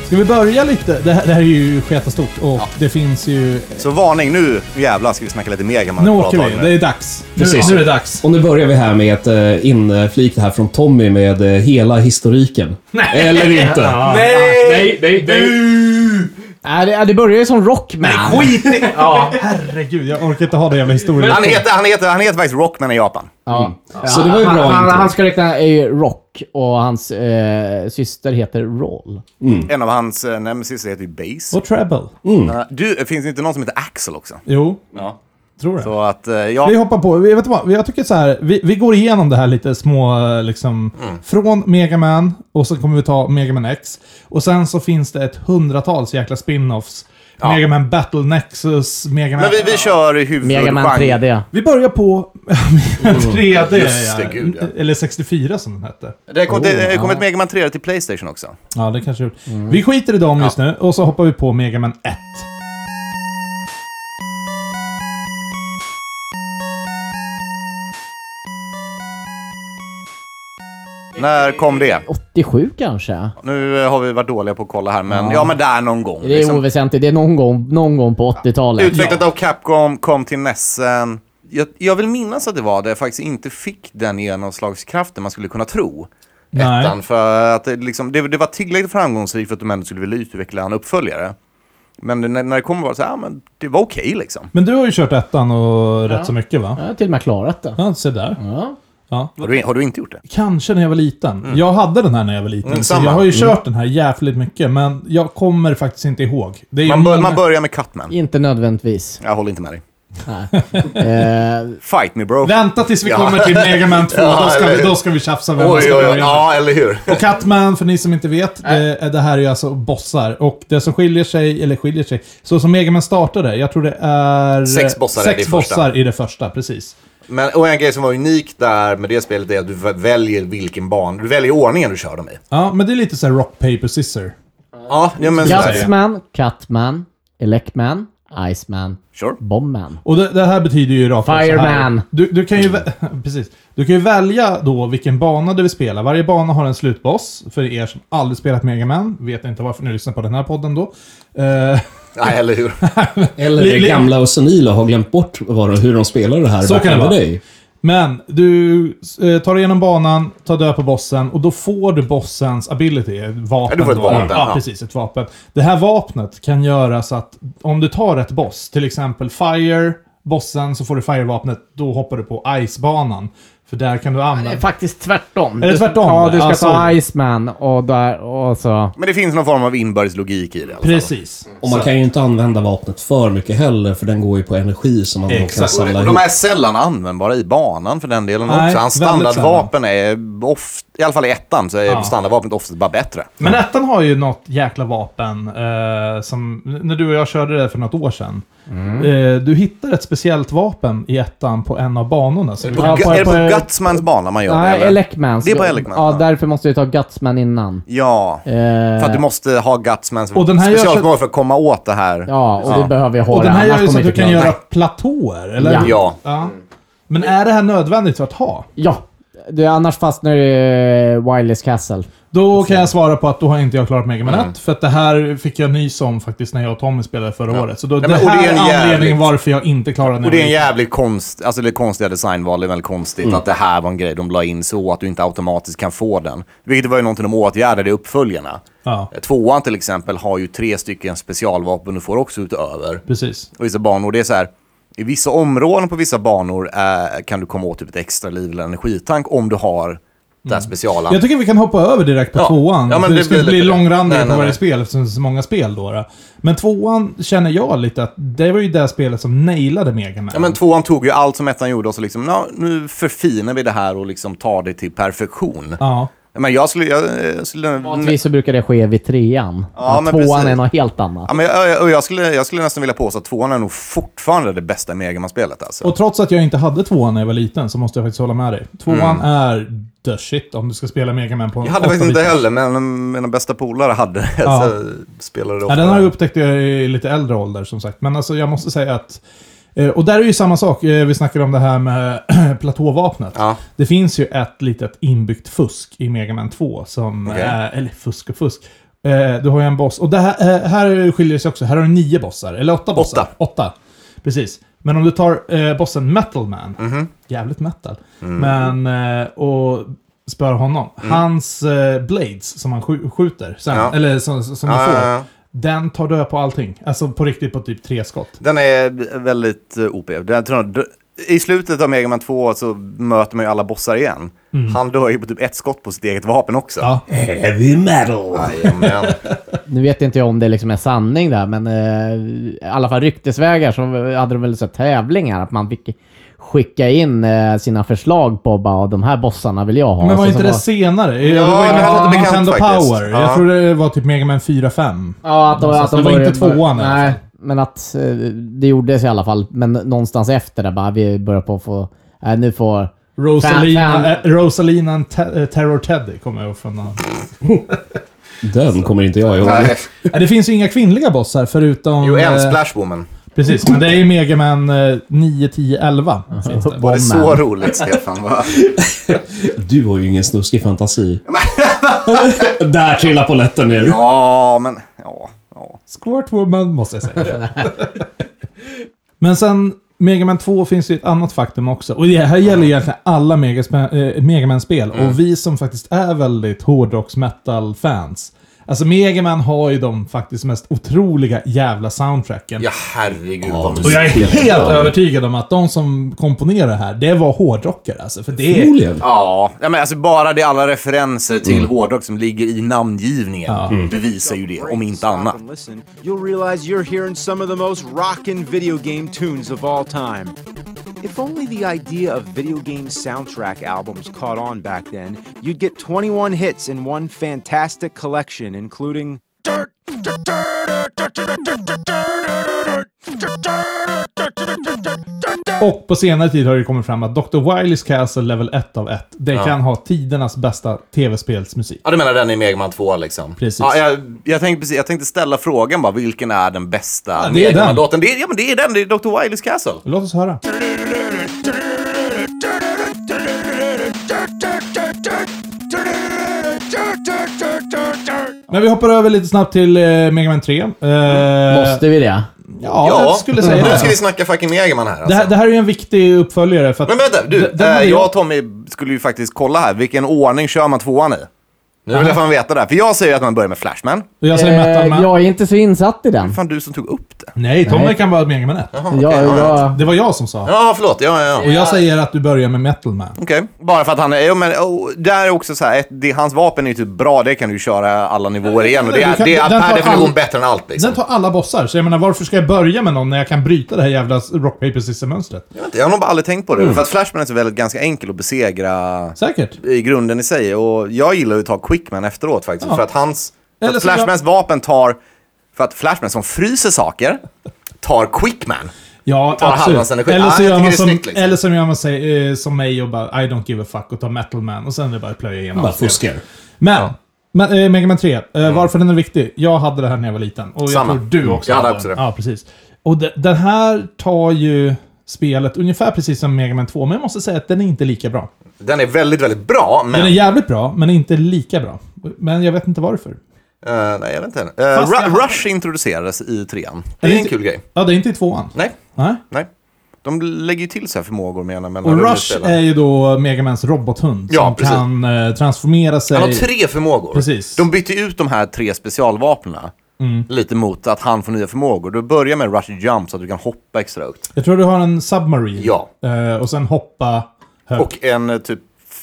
Ska vi börja lite? Det här, det här är ju sketastort och det finns ju... Så varning, nu jävlar ska vi snacka lite Mega Man Nu ett bra åker tag vi, nu. det är dags. Nu, Precis. nu är det dags. Och nu börjar vi här med ett eh, inflik här från Tommy med eh, hela historiken. Eller inte. Nej, nej, nej. nej. Nej, det, det börjar ju som Rockman. Skit i... Ja. Herregud, jag orkar inte ha den jävla historien. Han, heter, han, heter, han heter faktiskt Rockman i Japan. Ja. Så det var ju han, bra han, intro. Hans korrekta är ju Rock och hans eh, syster heter Roll. Mm. En av hans eh, nemesis heter ju Base. Och Treble. Eh, Du, finns det inte någon som heter Axel också? Jo, Ja. tror jag. Så att, eh, Vi ja. hoppar på. Vi, vet du vad? Jag tycker så här, vi, vi går igenom det här lite små, eh, liksom. Mm. Från Mega Man och sen kommer vi ta Mega Man X. Och sen så finns det ett hundratals jäkla spin-offs. Mega Man Battle Nexus, Mega Man... Men vi, vi kör Mega Man huvudgenre. 3D. Vi börjar på 3D. Mm. Just det, gud, ja. Eller 64 som den hette. Det kom, Oh, det kom ett Mega Man 3 till Playstation också. Ja, det kanske gjort. Vi skiter i dem just nu och så hoppar vi på Mega Man 1. När kom det? 87 kanske? Nu eh, har vi varit dåliga på att kolla här, men ja, men där någon gång. Det är liksom. oväsentligt. Det är någon gång, någon gång på 80-talet. Utvecklat av Capcom, kom till Nessen. Jag, jag vill minnas att det var det, jag faktiskt inte fick den genomslagskraften man skulle kunna tro. Nej. Ettan, för att det, liksom, det, det var tillräckligt framgångsrikt för att de ändå skulle vilja utveckla en uppföljare. Men det, när, när det kom var det så här, ja, men det var okej liksom. Men du har ju kört ettan och rätt så mycket va? Jag har till och med klarat det. Ja, se där. Ja. Ja. Har du, har du inte gjort det? Kanske när jag var liten. Jag hade den här när jag var liten. Mm, så samma. jag har ju kört den här jävligt mycket, men jag kommer faktiskt inte ihåg. Det är ju Man, bör, många- man börjar med Cutman. Inte nödvändigtvis. Jag håller inte med dig. Eh, Fight me bro. Vänta tills vi Ja. kommer till Mega Man 2, Ja, då, ska eller vi, hur? då ska vi tjafsa vem man Oj, ska oj, oj. börja med. Ja, eller hur? Och Catman, för ni som inte vet, det, det här är ju alltså bossar. Och det som skiljer sig, eller skiljer sig, så som Megaman startade, jag tror det är... Sex bossar är det sex i första. bossar i det första, precis. Men, och en grej som var unik där med det spelet är att du väljer vilken ban, du väljer ordningen du kör dem i. Ja, men det är lite så här rock, paper, scissor. Ja, ja men så är det. Gutsman, Catman, Elecman, Iceman, Sure. Bombman. Och det, det här betyder ju rakt upp så här. Fireman. Du, du, kan ju, vä- precis. du kan ju välja då vilken bana du vill spela. Varje bana har en slutboss. För er som aldrig spelat Megaman, vet inte varför ni lyssnar på den här podden då. Eh, Nej, eller hur? Eller Li- är li- gamla och senila och har glömt bort vad, de- hur de spelar det här. Så Vad kan det hände vara. dig? Men du eh, tar igenom banan, tar död på bossen och då får du bossens ability, ett vapen. Ja, du får ett då. vapen, Ja, ja. precis. Ett vapen. Det här vapnet kan göra så att om du tar ett boss, till exempel Fire, bossen, så får du Fire-vapnet. Då hoppar du på Ice-banan. För där kan du Det är använda... Eh, faktiskt tvärtom. Är det tvärtom? Ja, du ska Alltså- ta Iceman och där och så... Men det finns någon form av inbördes logik i det i alla fall. Precis. Och man kan ju inte använda vapnet för mycket heller, för den går ju på energi som man då kan Exakt. samla Och ihop. de är sällan användbara i banan för den delen Nej, också. Hans väldigt standardvapen är ofta, i alla fall i ettan, så är standardvapnet oftast bara bättre. Men ettan har ju något jäkla vapen eh, som, när du och jag körde det för något år sedan. Mm. Eh, du hittar ett speciellt vapen i ettan på en av banorna. Så du På, Ja, på- är det på- på Gutsmans bana man gör Nej, det? Eller? Elecman. Det är på Elecman, Ja, ja. därför måste du ta Gutsman innan. Ja, Eh, för att du måste ha Gutsmans Och den här görs- specialförmåga för att komma åt det här. Ja, och det behöver jag hålla. Och den här annars gör ju så kommer att jag du inte kan klara göra mig. platåer, eller? Ja. Ja. Mm. Ja. Men är det här nödvändigt för att ha? Ja. Du, annars fastnar du i Wireless Castle. Då kan jag svara på att då har inte jag klarat Mega Man 1, Mm. för att det här fick jag nys om faktiskt när jag och Tommy spelade förra året. Så då, men- det och det är här är en anledningen jävligt- varför jag inte klarade när Och det är jag en gick- jävligt konst, alltså det konstiga designval, det är väldigt konstigt Mm. att det här var en grej de la in så att du inte automatiskt kan få den. Vilket var ju någonting de åtgärdade i uppföljarna. Ja, Tvåan till exempel har ju tre stycken specialvapen du får också utöver. precis. Och vissa banor, det är så här, i vissa områden på vissa banor eh, kan du komma åt typ ett extra liv eller energitank om du har det här speciala. Mm. Jag tycker vi kan hoppa över direkt på Ja. tvåan. Ja, men för det det skulle blir bli lite- långrandigt Nej, på nej, varje nej. spel eftersom det är så många spel då. då. Men tvåan känner jag lite att det var ju det spelet som nailade Mega Man. Ja, men tvåan tog ju allt som ettan gjorde och så liksom, "Nå, nu förfinar vi det här och liksom tar det till perfektion. Ja. Men jag skulle... Jag, eh, skulle Vanligtvis så brukar det ske vid trean. Ja, men men tvåan precis. är något helt annat. Ja, men jag, jag, jag, skulle, jag skulle nästan vilja påstå att tvåan är nog fortfarande det bästa Mega Man-spelet. Alltså. Och trots att jag inte hade tvåan när jag var liten så måste jag faktiskt hålla med dig. Tvåan är the shit om du ska spela Mega Man på Mm. en Jag hade faktiskt inte åttabitars. heller, men men mina bästa polare hade det. Ja. Så spelade det Ja, ofta. den har jag upptäckt i lite äldre ålder som sagt. Men alltså jag måste säga att... eh, Och där är ju samma sak. Eh, Vi snackade om det här med platåvapnet. Ja. Det finns ju ett litet inbyggt fusk i Mega Man 2 som... Okej. är- Eller fusk och fusk. Eh, Du har ju en boss. Och det här, eh, här skiljer det sig också. Här har du nio bossar. Eller åtta bossar. Åtta. Precis. Men om du tar eh, bossen Metal Man. Mhm. Jävligt metal. Mm. Men... eh, Och spöar honom. Hans eh, blades som han skj- skjuter, sen, Ja. eller som, som Ja, du får. ja, ja. Den tar död på allting. Alltså på riktigt på typ tre skott. Den är väldigt eh, OP. Den, tror jag- d- I slutet av Mega Man 2 så möter man ju alla bossar igen. Han dör ju på typ ett skott på sitt eget vapen också. Mm. Ja. Heavy metal! Jajamän. Nu vet inte jag om det liksom är sanning där, men eh, i alla fall ryktesvägar så hade de väl så här tävlingar att man fick skicka in eh, sina förslag på bara de här bossarna vill jag ha. Men var Så inte som det senare? Ja, det var lite bekant Nintendo faktiskt. Power. Ja. Jag tror det var typ Mega Man 4-5. Ja, att de, att de alltså, det var började- inte tvåan i alla Nej, fall. men att eh, det gjordes i alla fall. Men någonstans efter det bara, vi börjar på att få... Nej, nu får... Eh, Rosalina, Fan, fan. eh, Rosalina and Te- eh, Terror Teddy kommer jag ihåg från. namn. Den kommer inte jag ihåg. Nej. Eh, Det finns ju inga kvinnliga bossar förutom... Jo, en eh, Splash Woman. Precis, men det är ju Mega Man eh, 9, 10, 11. finns det. Var det så Bomben. roligt, Stefan? Va? Du har ju ingen snuskig fantasi. Där trillar polletten ner. Ja, men... Ja, ja. Squirt Woman måste jag säga. Men sen Mega Man 2 finns ju ett annat faktum också. Och det här gäller ju egentligen alla Megaspa- eh, Mega Man-spel. Mm. Och vi som faktiskt är väldigt hårdrocks-metal-fans. Alltså Mega Man har ju de faktiskt mest otroliga jävla soundtracken. Ja, herregud. vad men- Och musik. jag är Helt helt bra. övertygad om att de som komponerar det här, det var hårdrockare alltså. För det är... Förmodligen. Ja, ja, men alltså bara det alla referenser till hårdrock som ligger i namngivningen bevisar ju det, om inte annat. and listen, you'll realize you're hearing some of the most rockin' video game tunes of all time. If only the idea of video game soundtrack albums caught on back then, you'd get 21 hits in one fantastic collection, including. Och på senare tid har det kommit fram att Dr. Wileys Castle Level 1 av 1, det kan ha tidernas bästa tv-spelsmusik. Ja, du menar den i Mega Man 2 liksom? Precis. Ja, jag, jag, tänkte, precis- jag tänkte ställa frågan bara, vilken är den bästa det är Mega den. Man-låten? Det är, ja, men det är den, det är Dr. Wileys Castle. Låt oss höra. Men vi hoppar över lite snabbt till eh, Mega Man 3. Eh, Måste vi det? Ja, jag skulle säga nu ska vi det. snacka fucking Mega Man här alltså. Det här, det här är ju en viktig uppföljare för att... Men vänta, du. D- den hade eh, jag och Tommy skulle ju faktiskt kolla här, vilken ordning kör man tvåan i? Nu vill jag fan veta det här, för jag säger att man börjar med Flashman. Och jag säger metal Eh, man. jag är inte så insatt i den. fan du som tog upp det. Nej, Tommy Nej. kan vara Mega Man 1. Jag, jag, Det var jag som sa. Ja, förlåt. Ja, ja, ja. Och jag säger att du börjar med metal man. Okej, bara för att han är... Jo, men oh, där är också så här, ett, det, hans vapen är ju typ bra, det kan du köra alla nivåer igen. Och det Du är, kan- det är den per tar definition all- bättre än allt liksom. Den tar alla bossar, så jag menar varför ska jag börja med någon när jag kan bryta det här jävla rock paper scissors mönstret Jag, vet inte, jag har nog bara aldrig tänkt på det. Mm. För att Flashman är så väldigt ganska enkel att besegra Säkert. i grunden i sig. Och jag gillar ju att ta Quickman efteråt faktiskt. Ja. För att hans... För Eller att så jag- Flashmans vapen tar... För att Flashman som fryser saker tar Quickman. Ja, Tar halva absolut. sin energi. Eller Ah, så jag gör tycker man det är som, snyggt, liksom. eller så gör man sig, eh, som mig och bara I don't give a fuck och tar metal man och sen är det bara att plöja igenom Bara allt igen. fuskar. Men, men eh, Mega Man 3. Eh, Varför den är viktig? Jag hade det här när jag var liten. Och jag Mm. Samma. Mm. tror du också Jag hade också det. Ja, precis. Och de, den här tar ju spelet ungefär precis som Mega Man 2, men jag måste säga att den är inte lika bra. Den är väldigt, väldigt bra, men... Den är jävligt bra, men inte lika bra. Men jag vet inte varför. Eh, nej, jag vet inte. Eh, Fast Ru- jag- Rush introducerades i trean. Det är, Är det en inte- kul grej. Ja, det är inte i tvåan. Nej, Nej. nej. De lägger ju till så här förmågor med ena mellan Och rummen i Rush spelen. är ju då Megamans robothund Ja, som precis. kan eh, transformera sig. Han har tre förmågor. Precis. Mm. De bytte ut de här tre specialvapnen lite mot att han får nya förmågor. Du börjar med Rush Jump så att du kan hoppa extra högt. Jag tror du har en submarine. Ja. Eh, och sen hoppa högt. Och en eh, typ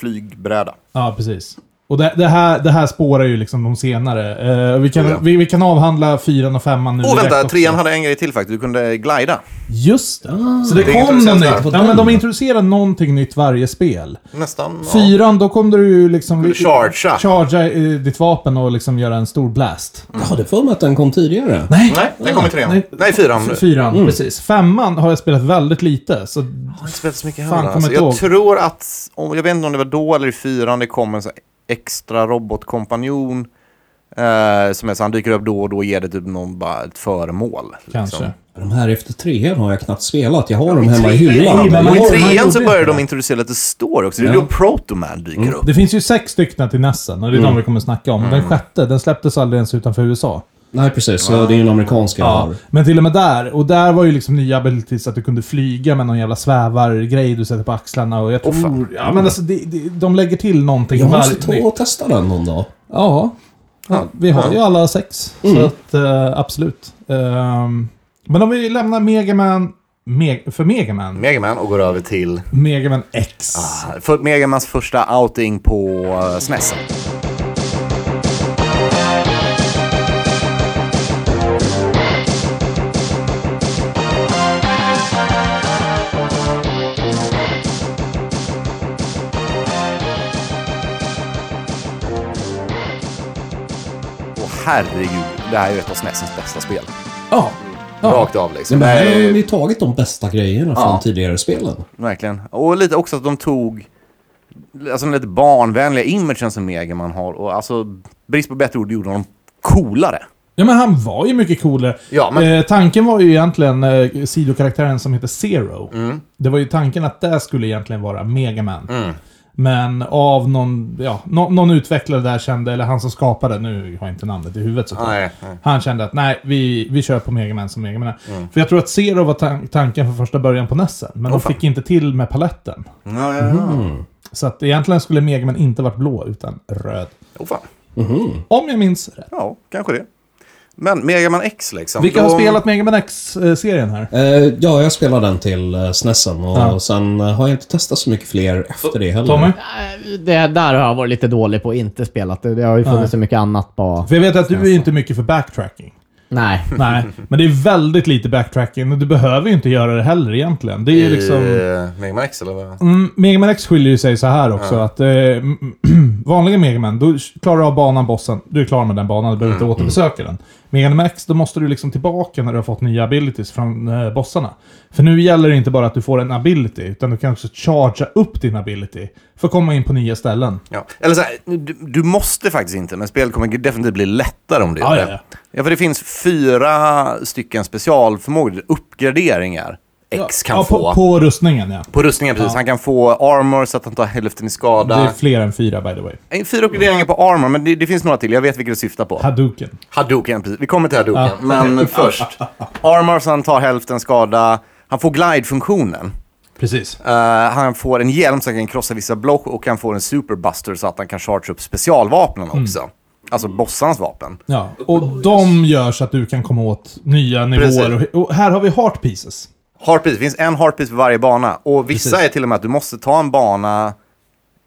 flygbräda. Ja, precis. Och det, det, här, det här spårar ju liksom de senare. Eh, vi, kan, Oh, ja. vi, vi kan avhandla fyran och femman nu Åh direkt vänta, också. trean hade en grej till faktiskt. Du kunde glida. Just det. Så det, Det kom introduceras något där. nytt. Ja, men de introducerar någonting nytt varje spel. Nästan. ja. Fyran, då kom du ju liksom... chargea. Chargea eh, ditt vapen och liksom göra en stor blast. Jag hade för mig att den kom tidigare. Nej, den kom i trean. Nej, fyran. F- Fyran, precis. Femman har jag spelat väldigt lite, så... Jag har inte spelat så mycket Fan, heller. kommer Alltså, inte jag ihåg. tror att, om, jag vet inte om det var då eller i fyran, det kom en så här extra robotkompanjon. Eh, som är så, han dyker upp då och då och ger det typ någon, bara ett föremål. Kanske. Liksom. De här efter trean har jag knappt spelat. Jag har dem hemma i hyllan. Men Och i man- man trean gjorde så ju börjar inte de det. Mm. introducera lite story också. Det är då Protoman dyker upp. Det finns ju sex stycken till Nessen och det är Mm. de vi kommer snacka om. Den sjätte, den släpptes aldrig ens utanför USA. Nej, precis. Så det är ju en amerikanska jag har. Men till och med där, och där var ju liksom nya abilities att du kunde flyga med någon jävla svävargrej du sätter på axlarna och jag fan. tror... ja men alltså, det, det, de lägger till någonting Jag måste varje- ta och testa den någon dag. Ja. kostnad. Vi har ju alla sex, så att, eh, absolut. Ehm, men om vi lämnar Megaman Meg för Megaman. Man Megaman och går över till Megaman X. för Megamans första outing på eh, SNES. Åh, Herregud, det här är ju ett av SNESens bästa spel. Ja. ja. Rakt av liksom. Men här Det är- har de ju tagit de bästa grejerna från Ja. tidigare spelen. Verkligen. Och lite också att de tog alltså, den lite barnvänliga imagen som Megaman har. Och alltså, brist på bättre ord gjorde honom coolare. ja, men han var ju mycket coolare. Ja, men- Eh, tanken var ju egentligen eh, sidokaraktären som heter Zero. Mm. Det var ju tanken att det skulle egentligen vara Megaman. Men av någon, ja, nå- någon utvecklare där kände, eller han som skapade, nu har jag inte namnet i huvudet såklart. Nej, nej. Mm. Han kände att nej, vi, vi kör på Megaman som Megaman är. För jag tror att Zero var tan- tanken från första början på Nessen, men de fick inte till med paletten. Ja, ja, ja. Mm. Så att egentligen skulle Megaman inte varit blå, utan röd. Oh, fan. Om jag minns rätt. Ja, kanske det. Men Megaman X liksom. Vilka de- har spelat Megaman X-serien här? Eh, ja, jag spelade den till eh, SNESen och Ja. sen eh, har jag inte testat så mycket fler efter det heller. Tommy? Det där har jag varit lite dålig på att inte spelat. Det, det har ju funnits Nej. så mycket annat på... För jag vet att du är inte mycket för backtracking. Nej. Nej, men det är väldigt lite backtracking och du behöver ju inte göra det heller egentligen. Det är ju liksom... Eh, Megaman X eller vad? Mm, Megaman X skiljer ju sig så här också. Att, eh, vanliga Megaman, då klarar du av banan, bossen. Du är klar med den banan, du behöver inte återbesöka den. Megaman X, då måste du liksom tillbaka när du har fått nya abilities från eh, bossarna. För nu gäller det inte bara att du får en ability, utan du kan också chargea upp din ability. För att komma in på nya ställen. Ja. Eller så här, du, du måste faktiskt inte, men spelet kommer definitivt bli lättare om du Ja, gör ja, det. Ja, för det finns fyra stycken specialförmågor, uppgraderingar, X kan ja, få. På, på rustningen, ja. På rustningen, precis. Han kan få armor så att han tar hälften i skada. Det är fler än fyra, by the way. Nej, Fyra uppgraderingar på armor, men det, det finns några till. Jag vet vilka du syftar på. Hadouken. Hadouken, precis. Vi kommer till Hadouken. Men först. Armor, så han tar hälften skada. Han får glide-funktionen. Precis. Eh, han får en hjälm så han kan krossa vissa block och han får en superbuster så att han kan charge upp specialvapnen också. Alltså bossarnas vapen. Ja, och de gör så att du kan komma åt nya nivåer. Och, och här har vi heart pieces. Heartbeat, det finns en heartbeat för varje bana. Och vissa är till och med att du måste ta en bana,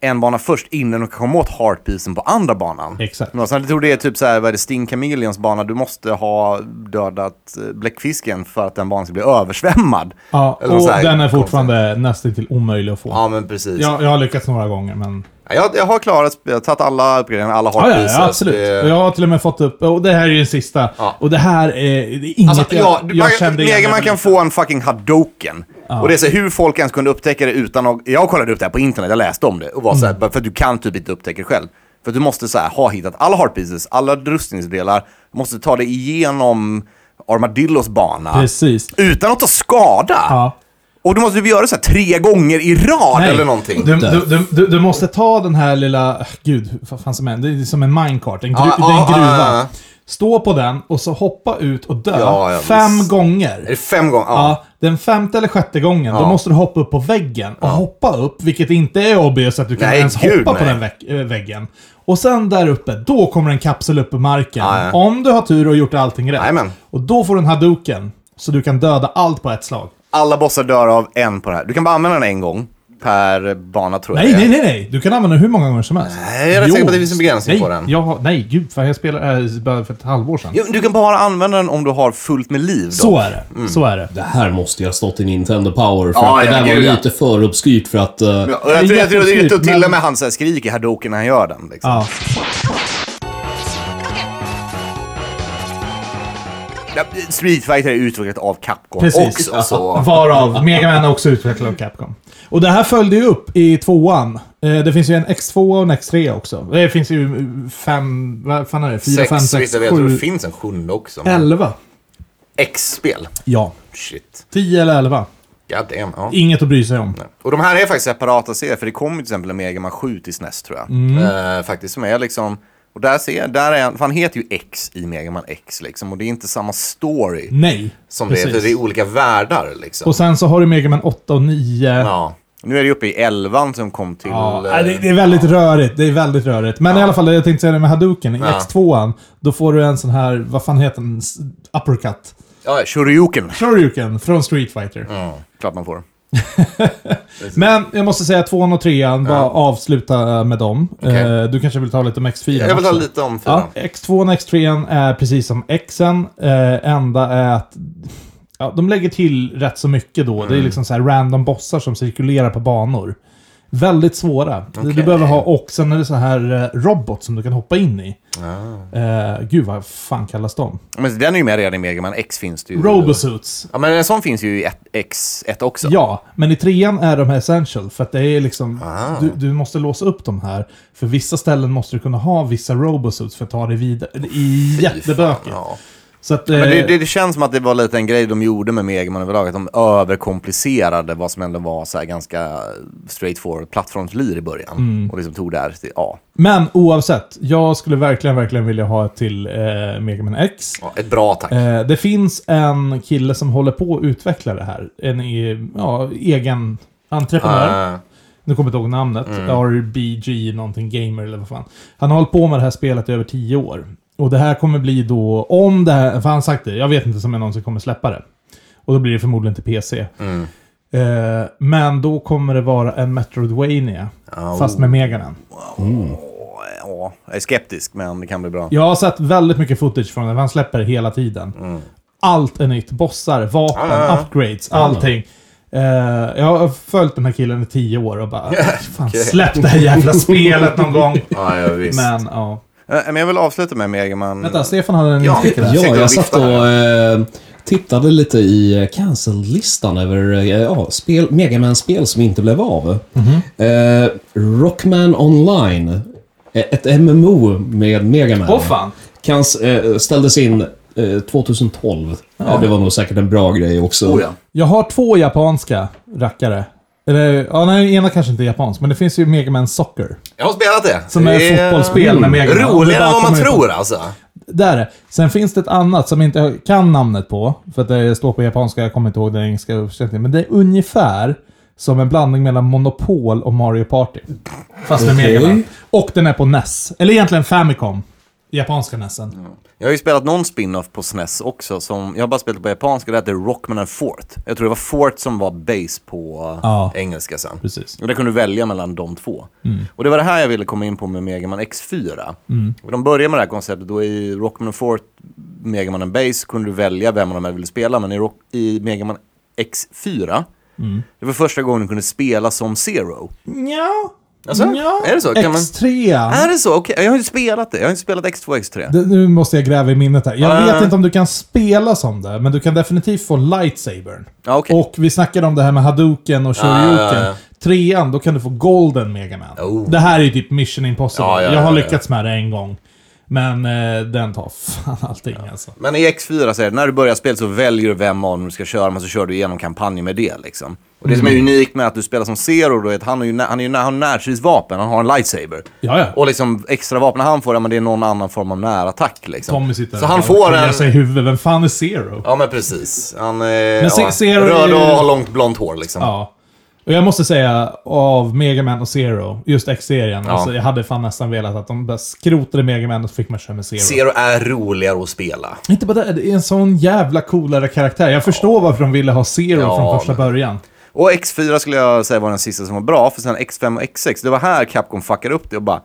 en bana först innan du kan komma åt heartbeaten på andra banan. Exakt. Men sen, jag tror det är typ så här, vad är det, Sting Chameleons bana, du måste ha dödat eh, bläckfisken för att den banan ska bli översvämmad. Ja, Eller något och så här den är konstigt. fortfarande nästan till omöjlig att få. Ja, men precis. jag, jag har lyckats några gånger, men... Jag, jag har klarat spelet, jag har tagit alla uppgraderingar, alla Ja, ja, heartbeats. ja, absolut. Och jag har till och med fått upp... Och det här är ju den sista. Ja. Och det här är, det är inget Alltså, ja, jag, du- jag kände man, igen. man kan få en fucking hadoken. Och det är så här, hur folk ens kunde upptäcka det utan att... Jag kollade upp det här på internet, jag läste om det. Och var så här, Mm. bara för att du kan typ inte upptäcka det själv. För att du måste så här, ha hittat alla heartpieces, alla rustningsdelar, måste ta dig igenom Armadillos bana. Precis. Utan att ta skada. Ja. Och då måste du göra det så här tre gånger i rad eller någonting. Du, du, du, du, du måste ta den här lilla... Gud, vad fan som händer? Det är som en minecart. En, gru, Ja, det är en ja, gruva. ja, ja. Stå på den och så hoppa ut och dö Ja, ja, fem visst. Är gånger. det fem gånger? Ja. Ja, den femte eller sjätte gången, då Ja. måste du hoppa upp på väggen. Och hoppa upp, vilket inte är obvious att du kan Nej, ens gud, hoppa på nej. den väck- eh, väggen. Och sen där uppe, då kommer en kapsel upp i marken. Ja, ja. Om du har tur och gjort allting rätt. Jajamän. Och då får du en hadoken, så du kan döda allt på ett slag. Alla bossar dör av en på det här. Du kan bara använda den en gång per bana tror jag Nej, det är. nej, nej, nej. Du kan använda den hur många gånger som helst. Nej, jag är rätt Jo. säker på att det finns en begränsning nej, på den. Jag har, nej, gud. För jag spelade äh, bara för ett halvår sedan. Jo, Du kan bara använda den om du har fullt med liv. Då. Mm. Så är det. Så är det. Det här måste ju ha stått i Nintendo Power, för Ja, att det ja, där gud, var ja. lite för obskyrt för att... eh, Ja, och jag Det tror, är jag tror det är jättesnyggt, till och men- med han så här skriker hadoken när han gör den. Liksom. Ja. Ja. Street Fighter är utvecklat av Capcom Precis. också. Så. Varav Mega Man är också utvecklad av Capcom. Och det här följde ju upp i tvåan. Eh, Det finns ju en X2 och en X3 också. Eh, Det finns ju fem... Vad fan är det? Fyra, Sex, fem, visst, sex, jag vet, jag tror det sju... finns en sjunde också. men- Elva. X-spel. Ja. Shit. Tio eller elva. God damn, ja. Inget att bry sig om. Och de här är faktiskt separata serier, för det kom ju till exempel en Mega Man 7 till SNES tror jag. Mm. Eh, faktiskt, som är liksom... Och där ser jag, där är han, för han heter ju X i Mega Man X liksom, och det är inte samma story Nej. som det är, för det är olika världar liksom. Och sen så har du Mega Man 8 och 9. Ja. Nu är det uppe i 11 som kom till... Ja, eh, nej, det, det är väldigt rörigt. Det är väldigt rörigt. Men i alla fall, det jag tänkte säga det med Hadouken. I Ja. X2, då får du en sån här, vad fan heter den? S- Uppercut. ja, Shoryuken. Shoryuken från Street Fighter. Ja, klart man får. Men jag måste säga, 2 och 3 bara avsluta med dem. Okej. Eh, Du kanske vill ta lite om X4? Jag vill ta också. lite om fyran. Ja, X2 och X3 är precis som Xen. Eh, enda är att ja, de lägger till rätt så mycket då. Mm. Det är liksom så här random bossar som cirkulerar på banor. Väldigt svåra. Du behöver ha och sen är det så här eh, robot som du kan hoppa in i. Ah. Eh, gud, vad fan kallas de? Men den är ju med redan i Mega Man X finns det ju. Robosuits. Ja, men en sån finns ju i ett- X1 också. Ja, men i trean är de här essential. För att det är liksom... Ah. Du, du måste låsa upp de här. För vissa ställen måste du kunna ha vissa robosuits för att ta dig vidare. Det är jättebökigt. Ja. Så att, Men det, eh, det, det känns som att det var lite en grej de gjorde med Mega Man överlag, att de överkomplicerade vad som ändå var så här ganska straightforward plattformslir i början. Mm. Och liksom tog det här till A. Men oavsett, jag skulle verkligen, verkligen vilja ha ett till eh, Mega Man X. Ja, ett bra tack. Eh, det finns en kille som håller på att utveckla det här. En eh, ja, egen entreprenör. Ah. Nu kommer jag inte ihåg namnet. RBG någonting gamer eller vad fan. Han har hållit på med det här spelet i över tio år. Och det här kommer bli då, om det här, för han har sagt det, jag vet inte som jag någonsin kommer släppa det. Och då blir det förmodligen till PC. Eh, men då kommer det vara en Metroidvania. Fast med Meganen. Ja, jag är skeptisk, men det kan bli bra. Jag har sett väldigt mycket footage från den, för han släpper det hela tiden. Allt är nytt. Bossar, vapen, upgrades, allting. Eh, jag har följt den här killen i tio år och bara fan, släpp det här jävla spelet någon gång. Ja, ja visst. Men... Men ja. men jag vill avsluta med Mega Man. Vänta, Stefan hade en Ja. nyfiken Jag där. Ja, sitter och jag satt viftar och eh, tittade lite i eh, cancel-listan över eh, ja, spel, Megaman-spel som inte blev av. Mhm. Eh, Rockman Online, eh, ett MMO med Megaman. Åh fan. Kans, eh, ställdes in eh, 2012. Ja, det var nog säkert en bra grej också. Oh, ja. Jag har två japanska rackare. Eller, ja, nej, ena kanske inte är japansk, men det finns ju Mega Man Soccer. Jag har spelat det. Som är Det ett fotbollsspel med Mega Man. Det Roligare där än vad man kommer ju på- tror alltså. Där är det. Sen finns det ett annat som jag inte kan namnet på. För att det står på japanska, jag kommer inte ihåg den engelska översättningen. Men det är ungefär som en blandning mellan Monopol och Mario Party. Fast med Okej. Mega Man. Och den är på NES. Eller egentligen Famicom. Japanska E NESen. Jag har ju spelat någon spin-off på SNES också. Som, jag har bara spelat på japanska, det hette Rockman and Fort. Jag tror det var Fort som var base på Ja. engelska sen. Precis. Mm. Och där kunde du välja mellan de två. Och det var det här jag ville komma in på med Mega Man X4. Och de började med det här konceptet, då i Rockman and Fort, Mega Man and Base, kunde du välja vem av de här ville spela. Men i, Rock, i Mega Man X4, Mm. det var första gången du kunde spela som Zero. Ja. Alltså, är det så? Kan man- Ah, X3. Är det så? Okej, jag har ju inte spelat det. Jag har inte spelat X2 och X3. Det- Nu måste jag gräva i minnet här. Jag Ja, ja, vet ja. inte om du kan spela som det, men du kan definitivt få lightsabern. Ja, okej. Och vi snackade om det här med Hadouken och Shoryuken. Ja, ja, ja. Trean, då kan du få Golden Mega Man. Oh. Det här är ju typ Mission Impossible. Ja, ja, jag har ja, ja. lyckats med det en gång. Men eh, den tar fan allting alltså. Men i X4 så är det, när du börjar spela så väljer du vem av dem du ska köra, men så kör du igenom kampanjen med det liksom. Och det som Mm. är unikt med att du spelar som Zero då är att han har ju, nä- han är ju nä- han har närstridsvapen, han har en lightsaber. Ja, ja. Och liksom extra vapen han får, ja, men det är någon annan form av närattack liksom. Tommy sitter så här han och får kliar en... sig i huvudet. Vem fan är Zero? Ja. Ja men precis. Han är Men Se- ja, Zero är röd ju- och har långt blont hår liksom. Och jag måste säga, av Mega Man och Zero, just X-serien, alltså, jag hade fan nästan velat att de bara skrotade Mega Man och så fick man köra med Zero. Zero är roligare att spela. Inte bara det, det är en sån jävla coolare karaktär. Jag förstår varför de ville ha Zero Ja, från första men- början. Och X4 skulle jag säga var den sista som var bra, för sen X5 och X6, det var här Capcom fuckade upp det och bara...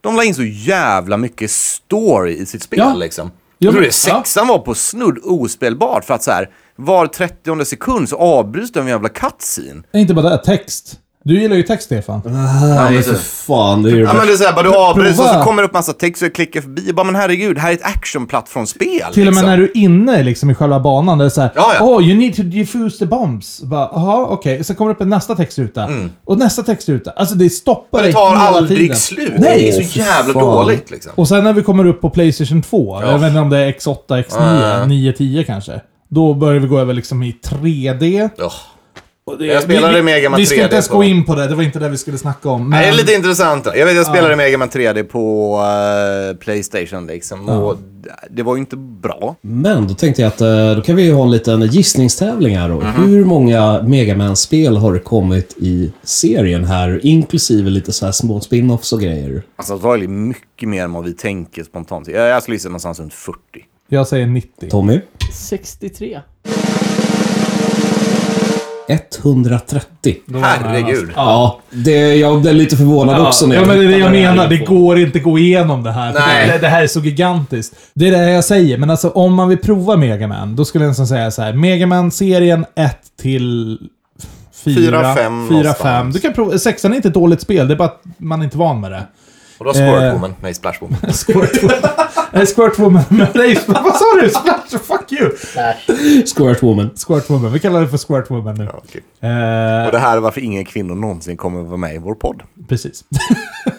De la in så jävla mycket story i sitt spel Ja. liksom. Ja, Jag tror men- det sexan var på snudd ospelbart för att så här, var 30 sekund så avbryts det av en jävla cutscene. Nej, Inte bara det, text. Du gillar ju text, Stefan. Mm, Nej, för fan. Det är ju Ja men det är såhär, bara du avbryts och så prova. kommer det upp massa text och jag klickar förbi. Jag bara, men herregud, här är ett actionplattformsspel. Till och med liksom. när du är inne liksom, i själva banan, där det är såhär Ja, ja. Oh, you need to diffuse the bombs. Bara, Jaha, okej. Sen kommer det upp en nästa textruta. Och nästa textruta. Alltså det stoppar Mm. Det dig tar hela aldrig tiden. slut. Nej! det är så fy jävla fan. dåligt liksom. Och sen när vi kommer upp på Playstation 2, Ja. jag vet inte om det är X8, X9, Mm. 9, 10 kanske. Då börjar vi gå över liksom i 3D. Ugh. Och det- Jag spelade vi- vi- Mega Man Vi ska 3D inte ens på- gå in på det, det var inte det vi skulle snacka om. Men... Nej, Det är lite intressant. Jag vet, jag spelade Mega Man 3D på eh, Playstation liksom. Och det var ju inte bra. Men då tänkte jag att eh, då kan vi ju ha en liten gissningstävling här då. Hur många Mega Man-spel har det kommit i serien här? Inklusive lite så här små spin-offs och grejer. Alltså antagligen mycket mer än vad vi tänker spontant. Jag, jag skulle gissa någonstans runt 40. Jag säger 90. Tommy? 63. 130. Då var jag nära. Herregud. Ja, det, jag blev lite förvånad också när Ja, jag men det är det jag hittade den här menar. Det infon. går inte att gå igenom det här. för Nej. Det, det här är så gigantiskt. Det är det jag säger, men alltså om man vill prova Mega Man, då skulle jag nästan säga så här. Mega Man-serien 1 till 4, Fyra, fem 4 någonstans. 5. Du kan prova. Sexan är inte ett dåligt spel, det är bara att man är inte van med det. Och då Eh. Squirt Woman, nej Splash Woman. Squirt Woman. Nej, Squirt Woman. Nej, vad sa du? Splash, fuck you! Squirt Woman. Squirt Woman. Vi kallar det för Squirt Woman nu. Ja, okej. Eh, Och det här är varför ingen kvinna någonsin kommer att vara med i vår podd. Precis.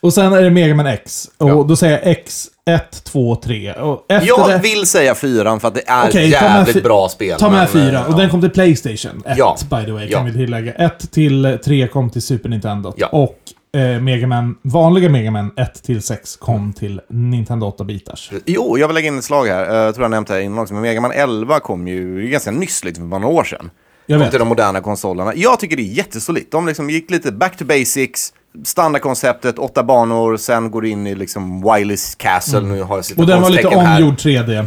och sen är det Mega Man X. Och Ja. då säger jag X 1, 2, 3. Och efter det, Jag vill säga fyran för att det är Okej, ta med jävligt fy- bra spel. ta med men, eh, fyra. Och ja. den kom till Playstation 1, Ja. by the way, Ja. kan vi tillägga. 1 till 3 kom till Super Nintendo. Ja. Och eh, Mega Man, vanliga Mega Man 1 till 6 Mm. kom till Nintendo 8-bitars. Jo, jag vill lägga in ett slag här. Eh, Jag tror jag nämnt det här innan också, men Mega Man 11 kom ju ganska nyss, liksom för bara några år sedan. Jag kom vet. till de moderna konsolerna. Jag tycker det är jättesolitt. De liksom gick lite back to basics, standardkonceptet, åtta banor, sen går du in i liksom Wileys Castle. Nu har jag Mm. Och den var lite citationstecken här. omgjord 3D.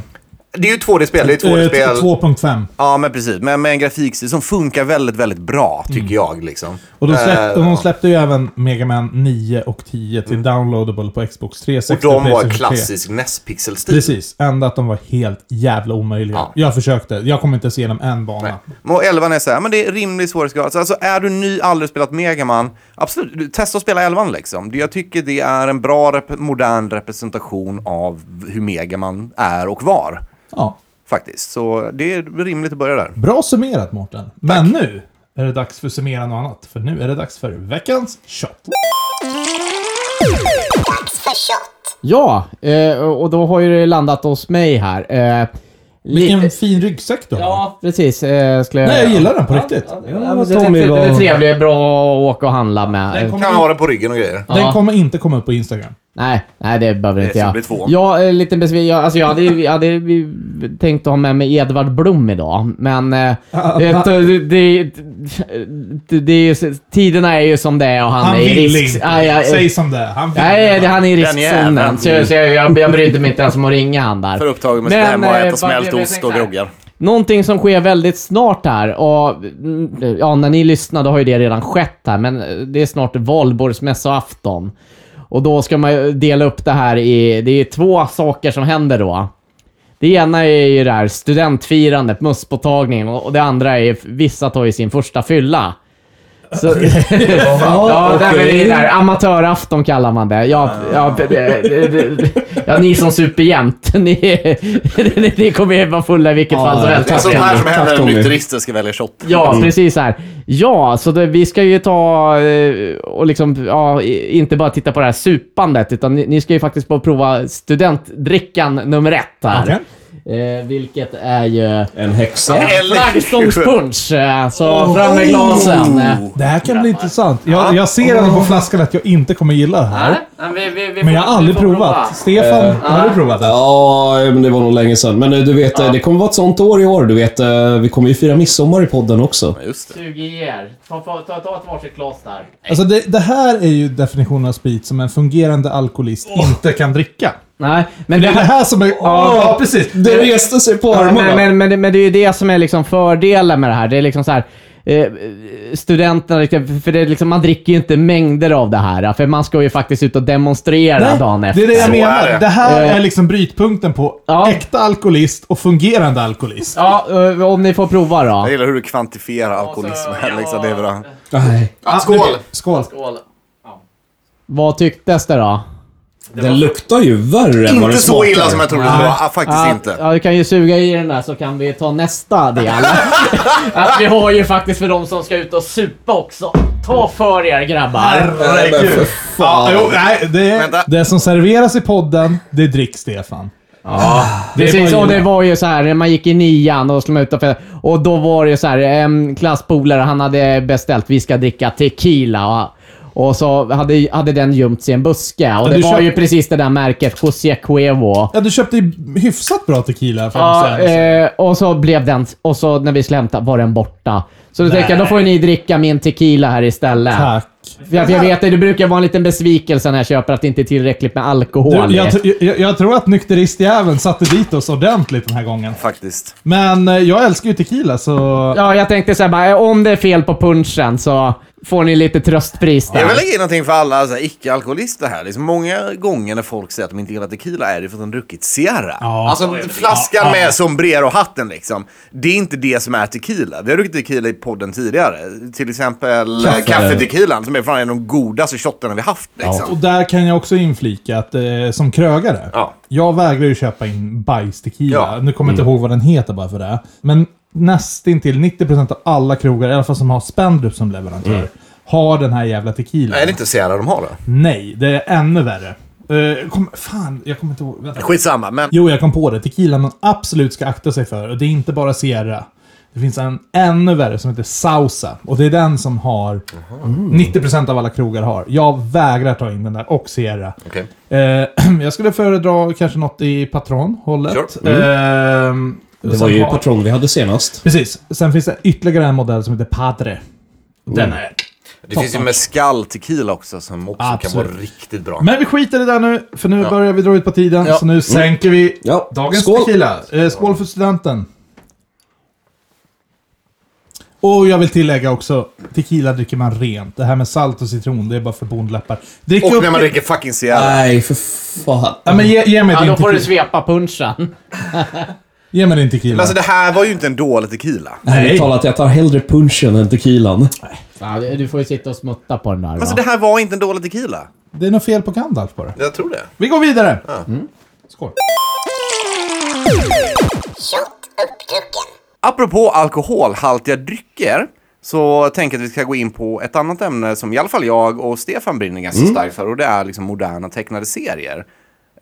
Det är ju 2D-spel, det är Eh, 2D-spel. 2.5. Ja, men precis. Men med en grafikstil som funkar väldigt, väldigt bra, tycker jag. Liksom. Mm. Och de släppte, Eh, Mm. och de släppte ju även Mega Man 9 och 10 till downloadable på Xbox 360 och de var Playstation 3. klassisk E NES-pixelstil. Precis, ända att de var helt jävla omöjliga. Ja. Jag försökte, jag kommer inte ens igenom en bana. Och 11 är så här, men det är rimlig svårighetsgrad. Alltså, Alltså är du ny, aldrig spelat Megaman, absolut, du- testa att spela 11 liksom. Det- Jag tycker det är en bra, rep- modern representation av hur Megaman är och var. Ja. Faktiskt, så det är rimligt att börja där. Bra summerat Mårten. Men nu är det dags för summera något annat. För nu är det dags för veckans shot. Ja, eh, och då har ju det landat hos mig här. Eh, lite- Vilken fin ryggsäck du har. Ja, precis. Eh, skulle Nej, jag gillar den på riktigt. Ja, men det är trevligt. Den är trevlig, bra att åka och handla med. Den Kan kommer, ha den på ryggen och grejer. den kommer inte komma upp på Instagram. Nej, nej det behöver inte så jag. blir två. Jag är lite besviken. Jag, alltså, jag hade, jag hade ju tänkt att ha med mig Edvard Blom idag, men... Eh, Ah, det, va? det, det, det, det är ju, tiderna är ju som det är och han, Han är i vill risk... inte. Ah, jag- Säg som det är. Han vill Nej, inte. det, han är i Den jäveln. riskzonen. Så, jag- så jag, jag, jag brydde mig inte ens om att ringa han där. För upptagen med att sitta hemma och eh, äta vad- smält jag vet ost och inte. groggar. Någonting som sker väldigt snart här och mm, ja, när ni lyssnar då har ju det redan skett här men eh, det är snart valborgsmässoafton. Och då ska man ju dela upp det här i, det är två saker som händer då. Det ena är ju det här studentfirandet, musspåtagningen och och det andra är vissa tar ju sin första fylla. Så, ja, det här är det där. Amatörafton kallar man det. Ja, ja, det- det- det- ja ni som super jämt. Ni, ni, ni kommer ju vara fulla i vilket Ja, fall som det helst. Det är sånt här som Tack, händer när Tommy. nykterister ska välja shot. Ja, Mm. precis så här. Ja, så det, vi ska ju ta eh, och liksom, ja, i- inte bara titta på det här supandet, utan ni, ni ska ju faktiskt bara prova studentdrickan nummer ett här. Eh, vilket är ju En häxa. Eller- flaggstångspunsch. eh, Så fram med glasen. Eh, Oh. Det här kan bli intressant. Jag, jag ser ändå på flaskan att jag inte kommer gilla det här. men vi- vi- vi Men jag får- har vi aldrig får prova. Eh, provat. Stefan, har du provat det? Ja, men det var nog länge sedan. Men eh, du vet, eh, det kommer vara ett sånt år i år. Du vet, eh, vi kommer ju fira midsommar i podden också. Just det. 20 i er. Ta, ta, ta, ta ett varsitt glas där. Alltså det, det här är ju definitionen av sprit som en fungerande alkoholist inte kan dricka. Nej, men Det det är det här som är... Ja, precis. Det reste sig på Ja, armarna. men, men, men, det- men det är ju det som är liksom fördelen med det här. Det är liksom så här eh, studenterna, liksom- för det är liksom, man dricker ju inte mängder av det här. För man ska ju faktiskt ut och demonstrera dagen det efter. är det jag Så menar. är det. det. här Eh. är liksom brytpunkten på Ja. äkta alkoholist och fungerande alkoholist. Ja, eh, om ni får prova då. Jag gillar hur du kvantifierar alkoholism här. Liksom, det är bra. Nej. Ja, skål! Skål. Vad tycktes det då? Den luktar ju värre än vad Inte den så smakar. illa som jag trodde det var. Ah, Faktiskt Ja, inte. Ja, du kan ju suga i den där så kan vi ta nästa del. att vi har ju faktiskt för de som ska ut och supa också. Ta för er grabbar. Nej, men för Ja, jo, fan. nej, det, Vänta. är, det som serveras i podden, det dricks Stefan. Det Precis, bara och gilla. det var ju så här när man gick i nian och slog ut och, fe- och då var det så här en klasspolare, han hade beställt vi ska dricka tequila och, Och så hade, hade den gömts i en buske. Ja, Och det du var köpt- ju precis det där märket, José Cuevo. Ja, du köpte ju hyfsat bra tequila för Ja, sen. eh, och så blev den... Och så när vi skulle hämta var den borta. Så då tänkte jag, då får ju ni dricka min tequila här istället. Tack. För jag, för jag vet att det brukar vara en liten besvikelse när jag köper att det inte är tillräckligt med Du, alkohol. i. jag, tr- jag, jag tror att nykteristjäveln satte dit oss ordentligt den här gången. Faktiskt. Men eh, jag älskar ju tequila, så... Ja, jag tänkte så här, bara, "Eh, om det är fel på punchen så får ni lite tröstpris där. Jag vill lägga in någonting för alla så här, icke-alkoholister här. Liksom, många gånger när folk säger att de inte gillar tequila är det för att de druckit Sierra. Ja. alltså flaskan med sombrero-hatten liksom. Det är inte det som är tequila. Vi har druckit tequila i podden tidigare. Till exempel eh, Kaffe. kaffetequilan som är fan en av de godaste shottarna vi haft. Liksom. Och där kan jag också inflika att eh, som krögare, Ja. jag vägrar ju köpa in bajstequila. Ja. Nu kommer jag inte ihåg vad den heter bara för det. Men nästintill 90% av alla krogar, i alla fall som har Spendrup som leverantör, har den här jävla tequilan. Är Mm. det inte Sierra de har då? Nej, det är ännu värre. Eh, kom, fan, jag kommer inte ihåg. Vänta. Skitsamma, men... Jo, jag kom på det. Tequila man absolut ska akta sig för. Och det är inte bara Sierra. Det finns en ännu värre som heter Sausa. Och det är den som har... 90% av alla krogar har. Jag vägrar ta in den där och Sierra. Okej. Eh, jag skulle föredra kanske något i patronhållet. Sure. Ehm, Mm. Det var sen ju har- patron vi hade senast. Precis. Sen finns det ytterligare en modell som heter Padre. Mm. Den är... Det finns ju mezcal tequila också som också Absolut. kan vara riktigt bra. Men vi skiter i det där nu, för nu börjar vi dra ut på tiden. Ja. Så nu sänker vi Ja. dagens Skål. tequila. Eh, skål för studenten. Och jag vill tillägga också, tequila dricker man rent. Det här med salt och citron, det är bara för bondläppar. Drick Och upp... när man dricker fucking Sierra. Nej, för fan. Ja, men ge, ge mig Ja, din då får du tequila. svepa punchen. Ge mig din tequila. Alltså det här var ju inte en dålig tequila. Ärligt talat, jag tar hellre punchen än tequilan. Ja, du får ju sitta och smutta på den där. Alltså va? det här var inte en dålig tequila. Det är något fel på Gandalf bara. Jag tror det. Vi går vidare! Mm. Skål. Apropå alkoholhaltiga drycker så tänker jag att vi ska gå in på ett annat ämne som i alla fall jag och Stefan brinner ganska Mm. starkt för och det är liksom moderna tecknade serier.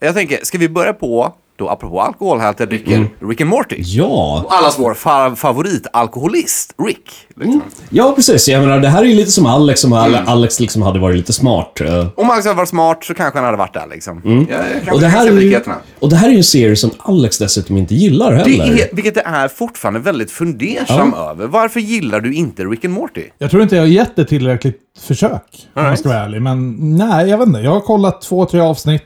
Jag tänker, ska vi börja på, då apropå alkoholhaltiga drycker, Mm. Rick and Morty? Ja. Allas vår fa- favoritalkoholist, Rick. Liksom. ja, precis. Jag menar, det här är ju lite som Alex, som Mm. Alex liksom hade varit lite smart. eh, Om Alex hade varit smart så kanske han hade varit där liksom. Jag, jag kanske Mm. Och det, kan här se är ju, likheterna. och det här är ju en serie som Alex dessutom inte gillar Det heller. är, vilket det är fortfarande väldigt fundersam över. Varför gillar du inte Rick and Morty? Jag tror inte jag har gett det tillräckligt försök, om jag ska vara ärlig. Men nej, jag vet inte. Jag har kollat två, tre avsnitt.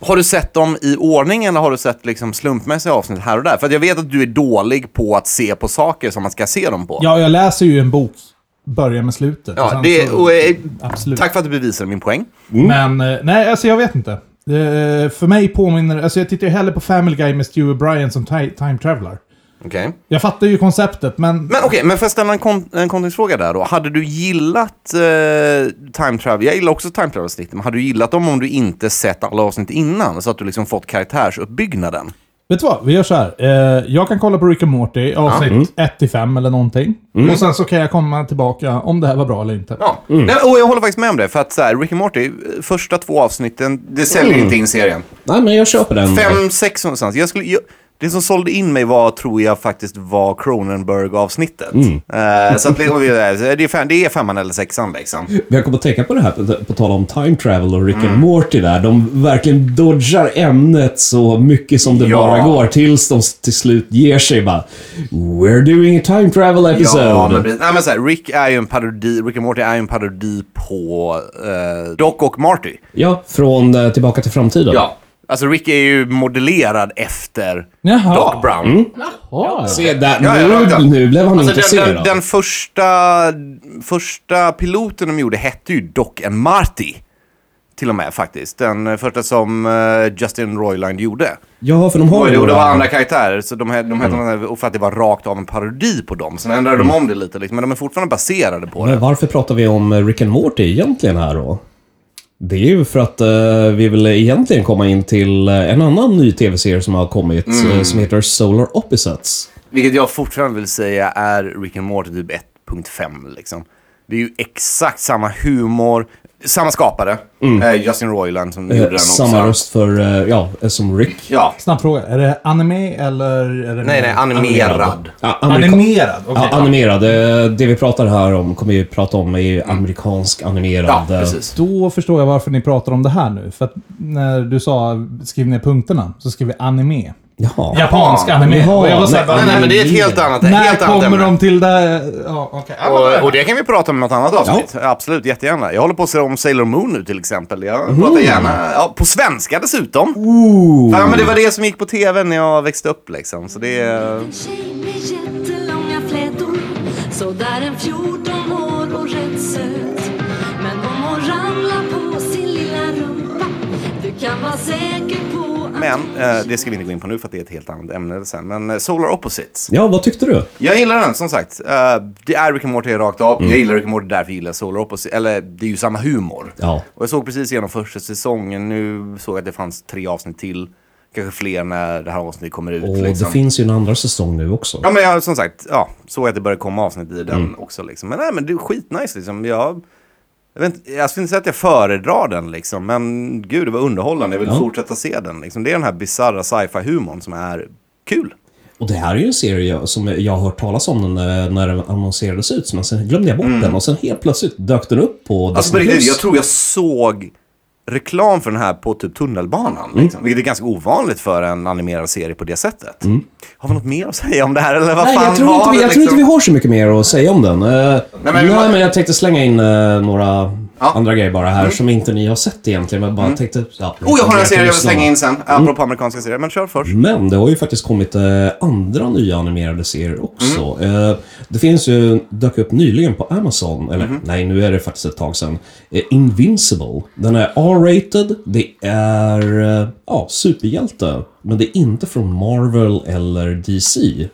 Har du sett dem i ordning eller har du sett liksom slumpmässiga avsnitt här och där? För att jag vet att du är dålig på att se på saker som man ska se dem på. Ja, jag läser ju en bok. Börjar med slutet. Ja, sen det, så- och, eh, Absolut. tack för att du bevisade min poäng. Mm. Men eh, nej, alltså jag vet inte. Eh, för mig påminner Alltså jag tittar ju hellre på Family Guy med Stewie Bryan som ti- time traveler. Okej. Jag fattar ju konceptet, men... Men okej, men får jag ställa en, kon- en kontextfråga där då? Hade du gillat eh, Time Travel? Jag gillar också Time Travel-avsnitten, men hade du gillat dem om du inte sett alla avsnitt innan? Så att du liksom fått karaktärsuppbyggnaden? Vet du vad? Vi gör så här. Eh, jag kan kolla på Rick and Morty, Mm. avsnitt 1-5 eller någonting. Och sen så kan jag komma tillbaka om det här var bra eller inte. Ja, Mm. Nej, och jag håller faktiskt med om det. För att så här, Rick and Morty, eh, första två avsnitten, det säljer inte in serien. Nej, men jag köper den. Fem, sex någonstans. Jag skulle, jag, det som sålde in mig var, tror jag faktiskt var Cronenberg-avsnittet. Eh, så att, det, det, är fem, det är femman eller sexan liksom. Men Jag kommer att tänka på det här, på, på tal om time travel och Rick Mm. and Morty där. De verkligen dodgar ämnet så mycket som det Ja. bara går tills de s- till slut ger sig bara. We're doing a time travel episode. Ja, men, precis. nej, men så här, Rick är ju en parodi, Rick and Morty är ju en parodi på eh, Doc och Marty. Ja, från eh, Tillbaka till framtiden. Alltså Rick är ju modellerad efter Jaha. Doc Brown. Alltså, Se där, Ja, ja, nu, ja. nu blev han Alltså intresserad. den, den, den första, första piloten de gjorde hette ju Doc and Marty. Till och med faktiskt. Den eh, första som eh, Justin Roiland gjorde. Ja, för de har Och ju det, och det var några- andra karaktärer, så de, he- de hette mm. och för att det var rakt av en parodi på dem. Sen ändrade Mm. de om det lite, liksom, men de är fortfarande baserade på Men det. Eh, varför pratar vi om eh, Rick and Morty egentligen här då? Det är ju för att eh, vi vill egentligen komma in till eh, en annan ny tv-serie som har kommit Mm. eh, som heter Solar Opposites. Vilket jag fortfarande vill säga är Rick and Morty typ 1.5 liksom. Det är ju exakt samma humor, samma skapare, eh, Justin Roiland som gjorde den Mm. Eh, också. samma röst för, eh, ja, eh, som Rick. Ja. Snabb fråga. Är det anime eller? Är det Nej, nej, animerad. Ja, amerika- Animerad? Okej. Ja, animerad. Eh, Det vi pratar här om kommer vi prata om är amerikansk Mm. Ja, animerad. eh, precis. Då förstår jag varför ni pratar om det här nu. För att när du sa skriv ner punkterna så skrev vi anime. Jaha. Japansk anime. Jaha, och jag var såhär, nej, bara, Nej, nej, men det är ett helt annat, När helt annat kommer ämne. de till det? Ja, okej. Ja, men- Och, och det kan vi prata om i något annat avsnitt. Absolut, jättegärna. Jag håller på att se om Sailor Moon nu till exempel. Jag pratar gärna, ja, på svenska dessutom. Ooh. Ja, men det var det som gick på tv när jag växte upp liksom. Så det är... tjej med jättelånga flätor Sådär en 14 år och rätt söt Men om hon ramlar på sin lilla rumpa Du kan vara säker på att Men eh, det ska vi inte gå in på nu för att det är ett helt annat ämne sen. Men eh, Solar Opposites. Ja, vad tyckte du? Jag gillar den som sagt. Eh, det är Rick and Morty rakt av. Mm. Jag gillar Rick and Morty därför gillar jag Solar Opposites. Eller det är ju samma humor. Ja. Och jag såg precis igenom första säsongen. Nu såg jag att det fanns tre avsnitt till. Kanske fler när det här avsnittet kommer ut. Och liksom. det finns ju en andra säsong nu också. Ja men jag, som sagt, ja, såg att det började komma avsnitt i den Mm. också. Liksom. Men, nej, men det är skitnice liksom. Jag, jag, vet, inte- jag skulle inte säga att jag föredrar den liksom, men gud det var underhållande. Jag vill Ja. fortsätta se den. Liksom. Det är den här bisarra sci-fi-humorn som är kul. Och det här är ju en serie jag, som jag har hört talas om den när, när den annonserades ut, men sen glömde jag bort den och sen helt plötsligt dök den upp på Disney+. Mm. Alltså, på riktigt, Plus. jag tror jag såg reklam för den här på typ tunnelbanan. Mm. Liksom, vilket är ganska ovanligt för en animerad serie på det sättet. Har vi något mer att säga om det här? Eller vad Mm. Nej, fan jag, tror var inte, vi- det, jag tror inte liksom? vi har så mycket mer att säga om den. Eh, men nej, vi men, må- jag tänkte slänga in eh, några andra grejer bara här som inte ni har sett egentligen. Men jag bara tänkte, ja, Mm. Oh, jag har en serie jag vill lyssna. slänga in sen. Mm. Apropå amerikanska serier, men kör först. Men det har ju faktiskt kommit eh, andra nya animerade serier också. Eh, det finns ju, dök upp nyligen på Amazon, eller Mhm. nej nu är det faktiskt ett tag sedan, eh, Invincible. Den är R-rated, det är eh, ja, superhjälte, men det är inte från Marvel eller DC. Mm.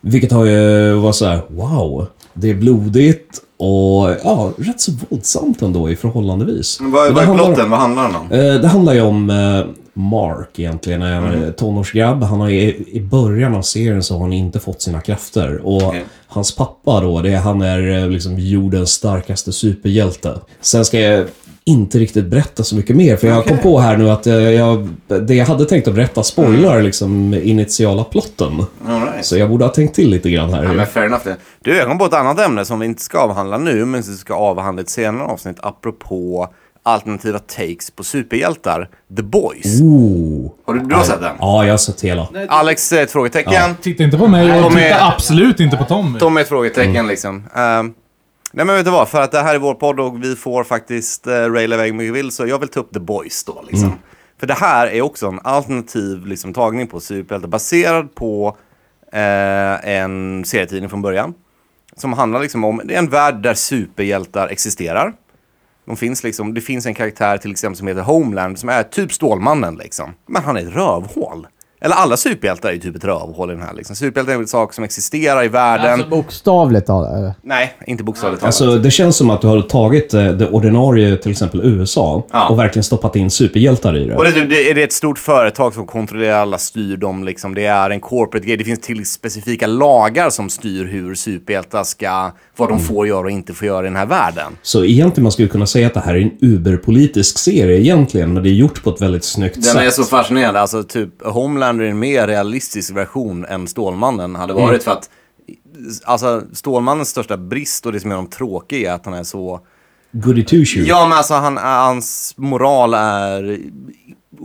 Vilket har ju varit så här: wow, det är blodigt och ja, rätt så våldsamt ändå i förhållandevis. Vad, Men Mm. det vad är handlar om- plotten? Vad handlar den om? Eh, Det handlar ju om eh, Mark egentligen, en Mm. eh, tonårsgrabb. Han har i, I början av serien så har han inte fått sina krafter. Och Okej. hans pappa då, det, är- han är eh, liksom jordens starkaste superhjälte. Sen ska jag inte riktigt berätta så mycket mer, för jag kom på här nu att eh, jag, det jag hade tänkt att berätta spoilar Mm. liksom initiala plotten. All right. Så jag borde ha tänkt till lite grann här. Mm. Ja, men fair enough. Det. Du, jag kom på ett annat ämne som vi inte ska avhandla nu, men som vi ska avhandla i ett senare avsnitt, apropå alternativa takes på superhjältar, The Boys. Oh. Har du, du har sett den? Ja, jag har sett hela. Alex är ett frågetecken, Titta inte på mig och Tommy- titta absolut inte på Tommy. Tom är ett frågetecken liksom. Ehm, nej men vet du vad, för att det här är vår podd och vi får faktiskt uh, raila iväg mycket vill, så jag vill ta upp The Boys då liksom. För det här är också en alternativ liksom, tagning på superhjältar baserad på eh, en serietidning från början. Som handlar liksom om, det är en värld där superhjältar existerar. De finns liksom, det finns en karaktär till exempel som heter Homeland som är typ Stålmannen liksom. Men han är ett rövhål. Eller alla superhjältar är ju typ ett rövhål i den här liksom. Superhjältar är en sak som existerar i världen. Alltså bokstavligt talat. eller? Nej, inte bokstavligt talat. Alltså det känns som att du har tagit eh, det ordinarie, till exempel USA, Ja. och verkligen stoppat in superhjältar i det. Och det, det, det är ett stort företag som kontrollerar alla, styr dem liksom. Det är en corporate grej. Det finns till specifika lagar som styr hur superhjältar ska, vad de får göra och inte får göra i den här världen. Så egentligen man skulle kunna säga att det här är en uberpolitisk serie egentligen, men det är gjort på ett väldigt snyggt Den sätt. är så fascinerande. Alltså, typ, Homelander är en mer realistisk version än Stålmannen hade varit. För att, alltså, Stålmannens största brist och det som gör honom tråkig är att han är så... Goody two shoes. Ja, men alltså han, hans moral är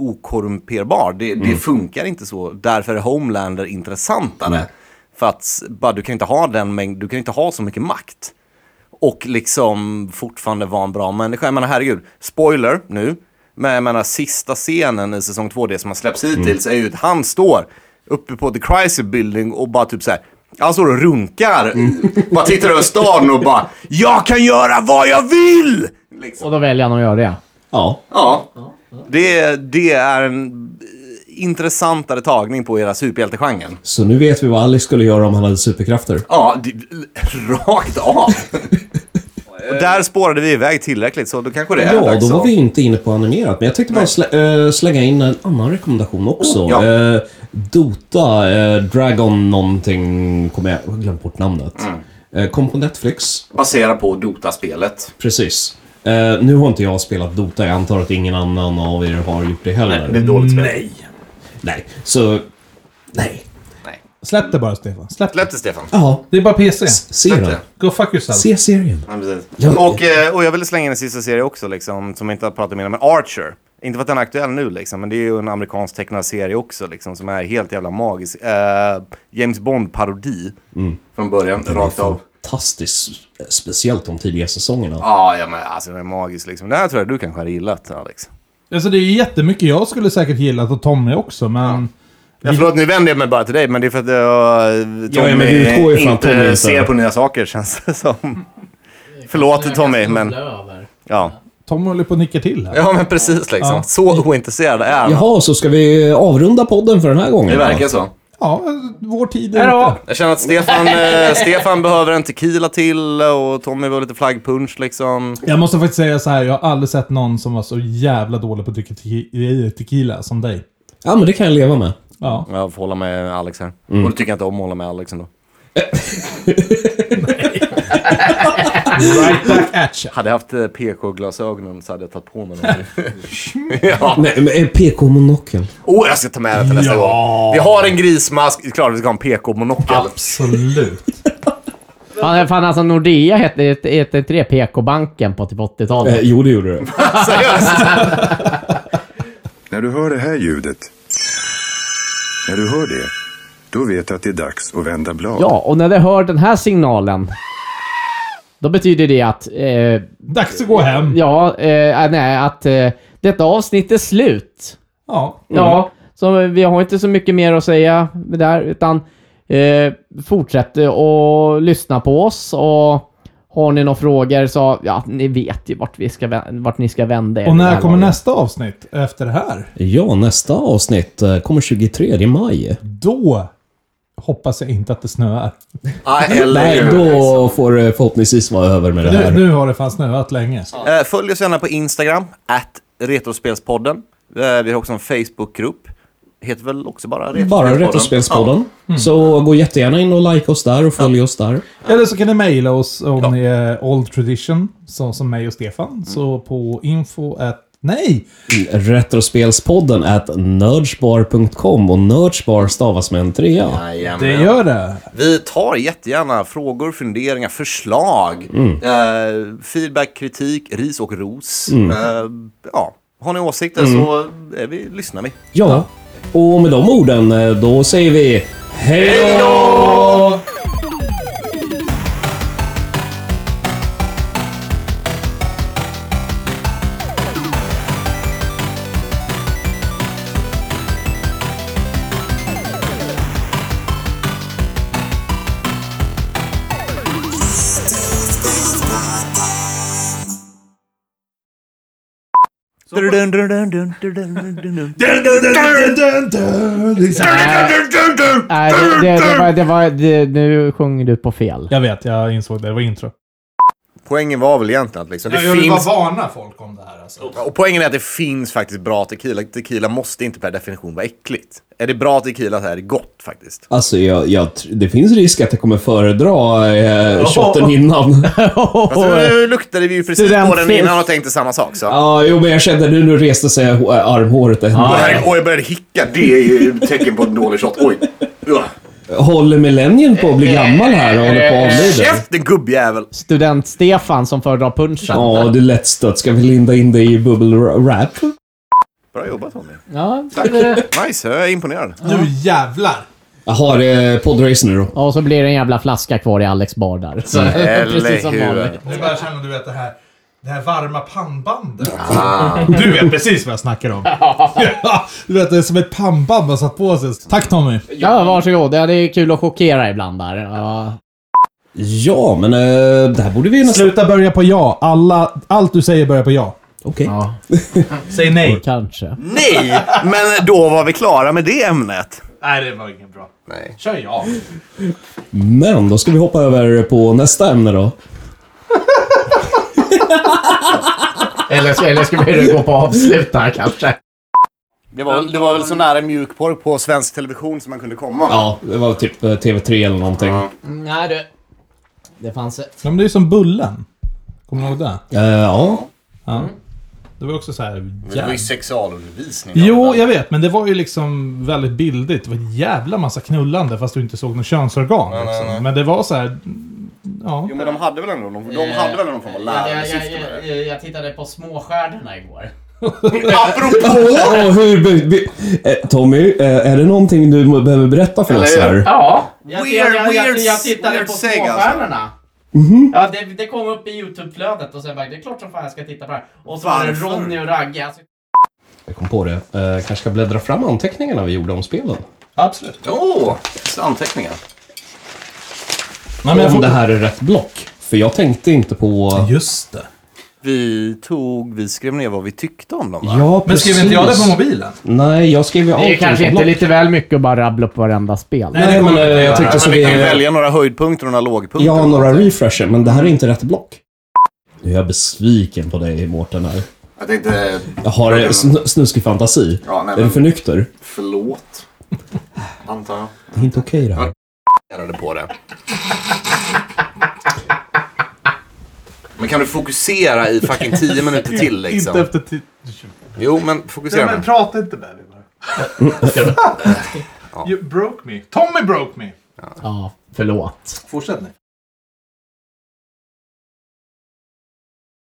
okorrumperbar. Det, det funkar inte så. Därför är Homelander intressantare. För att s- bara, du kan inte ha den mängd, du kan inte ha så mycket makt. Och liksom fortfarande vara en bra människa. Jag menar herregud, spoiler nu. Men jag menar sista scenen i säsong två, det som har släppts hittills, är ju att han står uppe på The Chrysler Building och bara typ så här. Han står och runkar, bara tittar över staden och bara “Jag kan göra vad jag vill!” liksom. Och då väljer han att göra det. Ja. Ja. Det, det är en intressantare tagning på hela superhjältegenren. Så nu vet vi vad Alice skulle göra om han hade superkrafter. Ja, det, rakt av. Och Där spårade vi iväg tillräckligt, så då kanske det är Ja, dags då var att- vi inte inne på animerat, men jag tänkte bara slä, eh, slänga in en annan rekommendation också. Ja. Mm. Eh, Dota, eh, Dragon någonting, kommer jag, jag har glömt bort namnet. Eh, Kom på Netflix. Baserat på Dota-spelet. Precis. Eh, nu har inte jag spelat Dota. Jag antar att ingen annan av er har gjort det heller. Det är ett dåligt spel. Nej. Nej. Så... Nej. Släpp det bara Stefan. Släpp det. Släpp det, Stefan. Ja. Det är bara PC. Se Släpp den. det. Go fuck yourself. Se serien. Ja, precis. och, eh, och jag ville slänga in en sista serie också, liksom, som jag inte har pratat om innan, men Archer. Inte för att den är aktuell nu, liksom, men det är ju en amerikansk tecknad serie också, liksom, som är helt jävla magisk. Eh, James Bond-parodi Mm. från början, rakt av. Fantastiskt. eh, Speciellt de tidiga säsongerna. Ah, ja, men alltså den är magisk liksom. Det här tror jag du kanske hade gillat, Alex. Alltså det är ju jättemycket jag skulle säkert gillat och Tommy också, men... Ja, förlåt, nu vänder jag mig bara till dig, men det är för att eh, Ja, ja, men Tommy vi utgår ju från att inte Tommy inte- ser på nya saker, känns det som. Förlåt Tommy, men... Ja. Tommy håller på och nickar till här. ja, men precis liksom. Så ointresserad är han. Jaha, så ska vi avrunda podden för den här gången? Det då? verkar så. Ja, vår tid är Hej då! ute. Jag känner att Stefan, eh, Stefan behöver en tequila till och Tommy behöver lite flaggpunsch liksom. Jag måste faktiskt säga så här, jag har aldrig sett någon som var så jävla dålig på att dricka tequi- tequila som dig. Ja, men det kan jag leva med. Ja. Jag får hålla med Alex här. Och du tycker inte om att hålla med Alex ändå. Right back at ya. Hade jag haft eh, PK-glasögonen så hade jag tagit på mig dem. ja. Nej, men eh, PK-monokeln. Oh, jag ska ta med det till nästa gång. Vi har en grismask. Det är klart vi ska ha en PK-monokel. Absolut. Fan, fan alltså Nordea hette hette- hette inte det PK-banken på typ 80-talet? Eh, jo, det gjorde det. Seriöst. När du hör det här ljudet, när du hör det, då vet du att det är dags att vända blad. Ja, och när det hör den här signalen. Då betyder det att... Eh, Dags att gå hem. ja, eh, äh, nej, att eh, detta avsnitt är slut. Ja. Mm. Ja, så vi har inte så mycket mer att säga med det där, utan eh, fortsätt eh, att lyssna på oss och har ni några frågor så, ja, ni vet ju vart, vi ska, vä- vart ni ska vända er. Och Det här när kommer laget. nästa avsnitt efter det här? Ja, nästa avsnitt eh, kommer 23 maj. Då hoppas jag inte att det snöar. Ah, eller Nej, hur? då får det förhoppningsvis vara över med det Nu, här. nu har det fan snöat länge. Eh, Följ oss gärna på Instagram, at Retrospelspodden. Eh, Vi har också en Facebookgrupp. Heter väl också bara Retrospelspodden? Bara Retrospelspodden. Så gå jättegärna in och like oss där och följ oss där. Eller så kan ni mejla oss om ni är old tradition, så, som mig och Stefan. Mm. Så på info at... Nej! Retrospelspodden at nerdsbar.com och nerdsbar stavas med en trea. Jajamän. Det gör det. Vi tar jättegärna frågor, funderingar, förslag, eh, feedback, kritik, ris och ros. Eh, ja. Har ni åsikter så är vi, lyssnar vi. Ja, och med de orden eh, då säger vi hej då! Nej, det, det, det var... Det var det, nu sjunger du på fel. Jag vet, jag insåg det. Det var intro. Poängen var väl egentligen att liksom, det finns... varna folk om det här alltså. Och poängen är att det finns faktiskt bra tequila. Tequila måste inte per definition vara äckligt. Är det bra tequila så är det gott faktiskt. Alltså, jag, jag, tr- det finns risk att jag kommer föredra eh, shotten innan. Fast Alltså, nu luktade vi ju precis på den Studentfisk. innan och tänkte samma sak. Så. Ja, jo, men jag kände nu, nu reste sig eh, armhåret ännu. Och jag började hicka. Det är ju tecken på en dålig shot. Oj. Ja. Håller millennium på att bli gammal här och håller på att avlida? Käften gubbjävel! Student-Stefan som föredrar punchen. Ja, du lättstött. Ska vi linda in dig i bubble wrap? Bra jobbat Tommy. Ja, Nice, jag är imponerad. Nu jävlar! Jaha, det är podrace nu då. och så blir det en jävla flaska kvar i Alex bar där. Så, precis som vanligt. Nu börjar jag känna, du vet det här, det här varma pannbandet. Ah. Du vet precis vad jag snackar om. Ja, du vet, det är som ett pannband man satt på sig. Tack Tommy. Ja, varsågod. Ja, det är kul att chockera ibland där. Ja. Ja, men eh, det här borde vi nästan... Sluta börja på ja. Alla, allt du säger börjar på ja. Okej. Säg nej. Kanske. Nej, men då var vi klara med det ämnet. Nej, det var inget bra. Nej. Kör ja. Men då ska vi hoppa över på nästa ämne då. Eller, så- eller ska vi gå på avslut här kanske? Det var, det var väl så nära mjukporr på svensk television som man kunde komma. Ja, det var typ eh, TV3 eller någonting. Nej du. Det fanns... Ja, men det är som Bullen. Kommer du ihåg det? Eh, ja. Ja. Det var också så här... Det var ju jävla- sexualundervisning. Jo, jag vet, men det var ju liksom väldigt bildigt. Det var en jävla massa knullande fast du inte såg något könsorgan. nej, liksom. nej. Men det var så här... Ja. Jo, men de hade väl ändå någon, de hade väl någon form av lärosyfte med det? tittade på Småstjärnorna igår. Apropå! Åh, hur... by- by- eh, Tommy, eh, är det någonting du må- behöver berätta för oss Eller hur? här? Ja. Jag, Weird, jag, jag, jag, weird, jag tittade weird på seg, alltså. Småstjärnorna. Ja, det, det kom upp i YouTube-flödet och sen bara, det är klart som fan jag ska titta på det här. Och så var det Varför? Ronny och Ragge. Alltså, Jag kom på det. Eh, kanske ska bläddra fram anteckningarna vi gjorde om spelen. Absolut. Åh! anteckningar. Nej, men jag om får... det här är rätt block. För jag tänkte inte på... Just det. Vi tog, vi skrev ner vad vi tyckte om dem va? Ja, Men skrev inte jag det precis. på mobilen? Nej, jag skrev ju det är allting ju kanske på inte block. lite väl mycket att bara rabbla upp varenda spel. Nej, det Nej, men kommer eh, vi inte jag göra. tyckte men så vi kan ju vi... välja några höjdpunkter och några lågpunkter. Jag har några refresher, men det här är inte rätt block. Nu är jag besviken på dig, Mårten. Här. Jag tänkte, Jag har eh, sn- snuskig fantasi. Ja, nej, Är du men- för nykter? förlåt. Antar jag. Det är inte okej det här. irriterade på det. Men kan du fokusera i fucking 10 minuter till Inte liksom? efter tio... Jo, men fokusera nu. prata inte med mig bara. Mm, You broke me. Tommy broke me. Ja, förlåt. Fortsätt nu.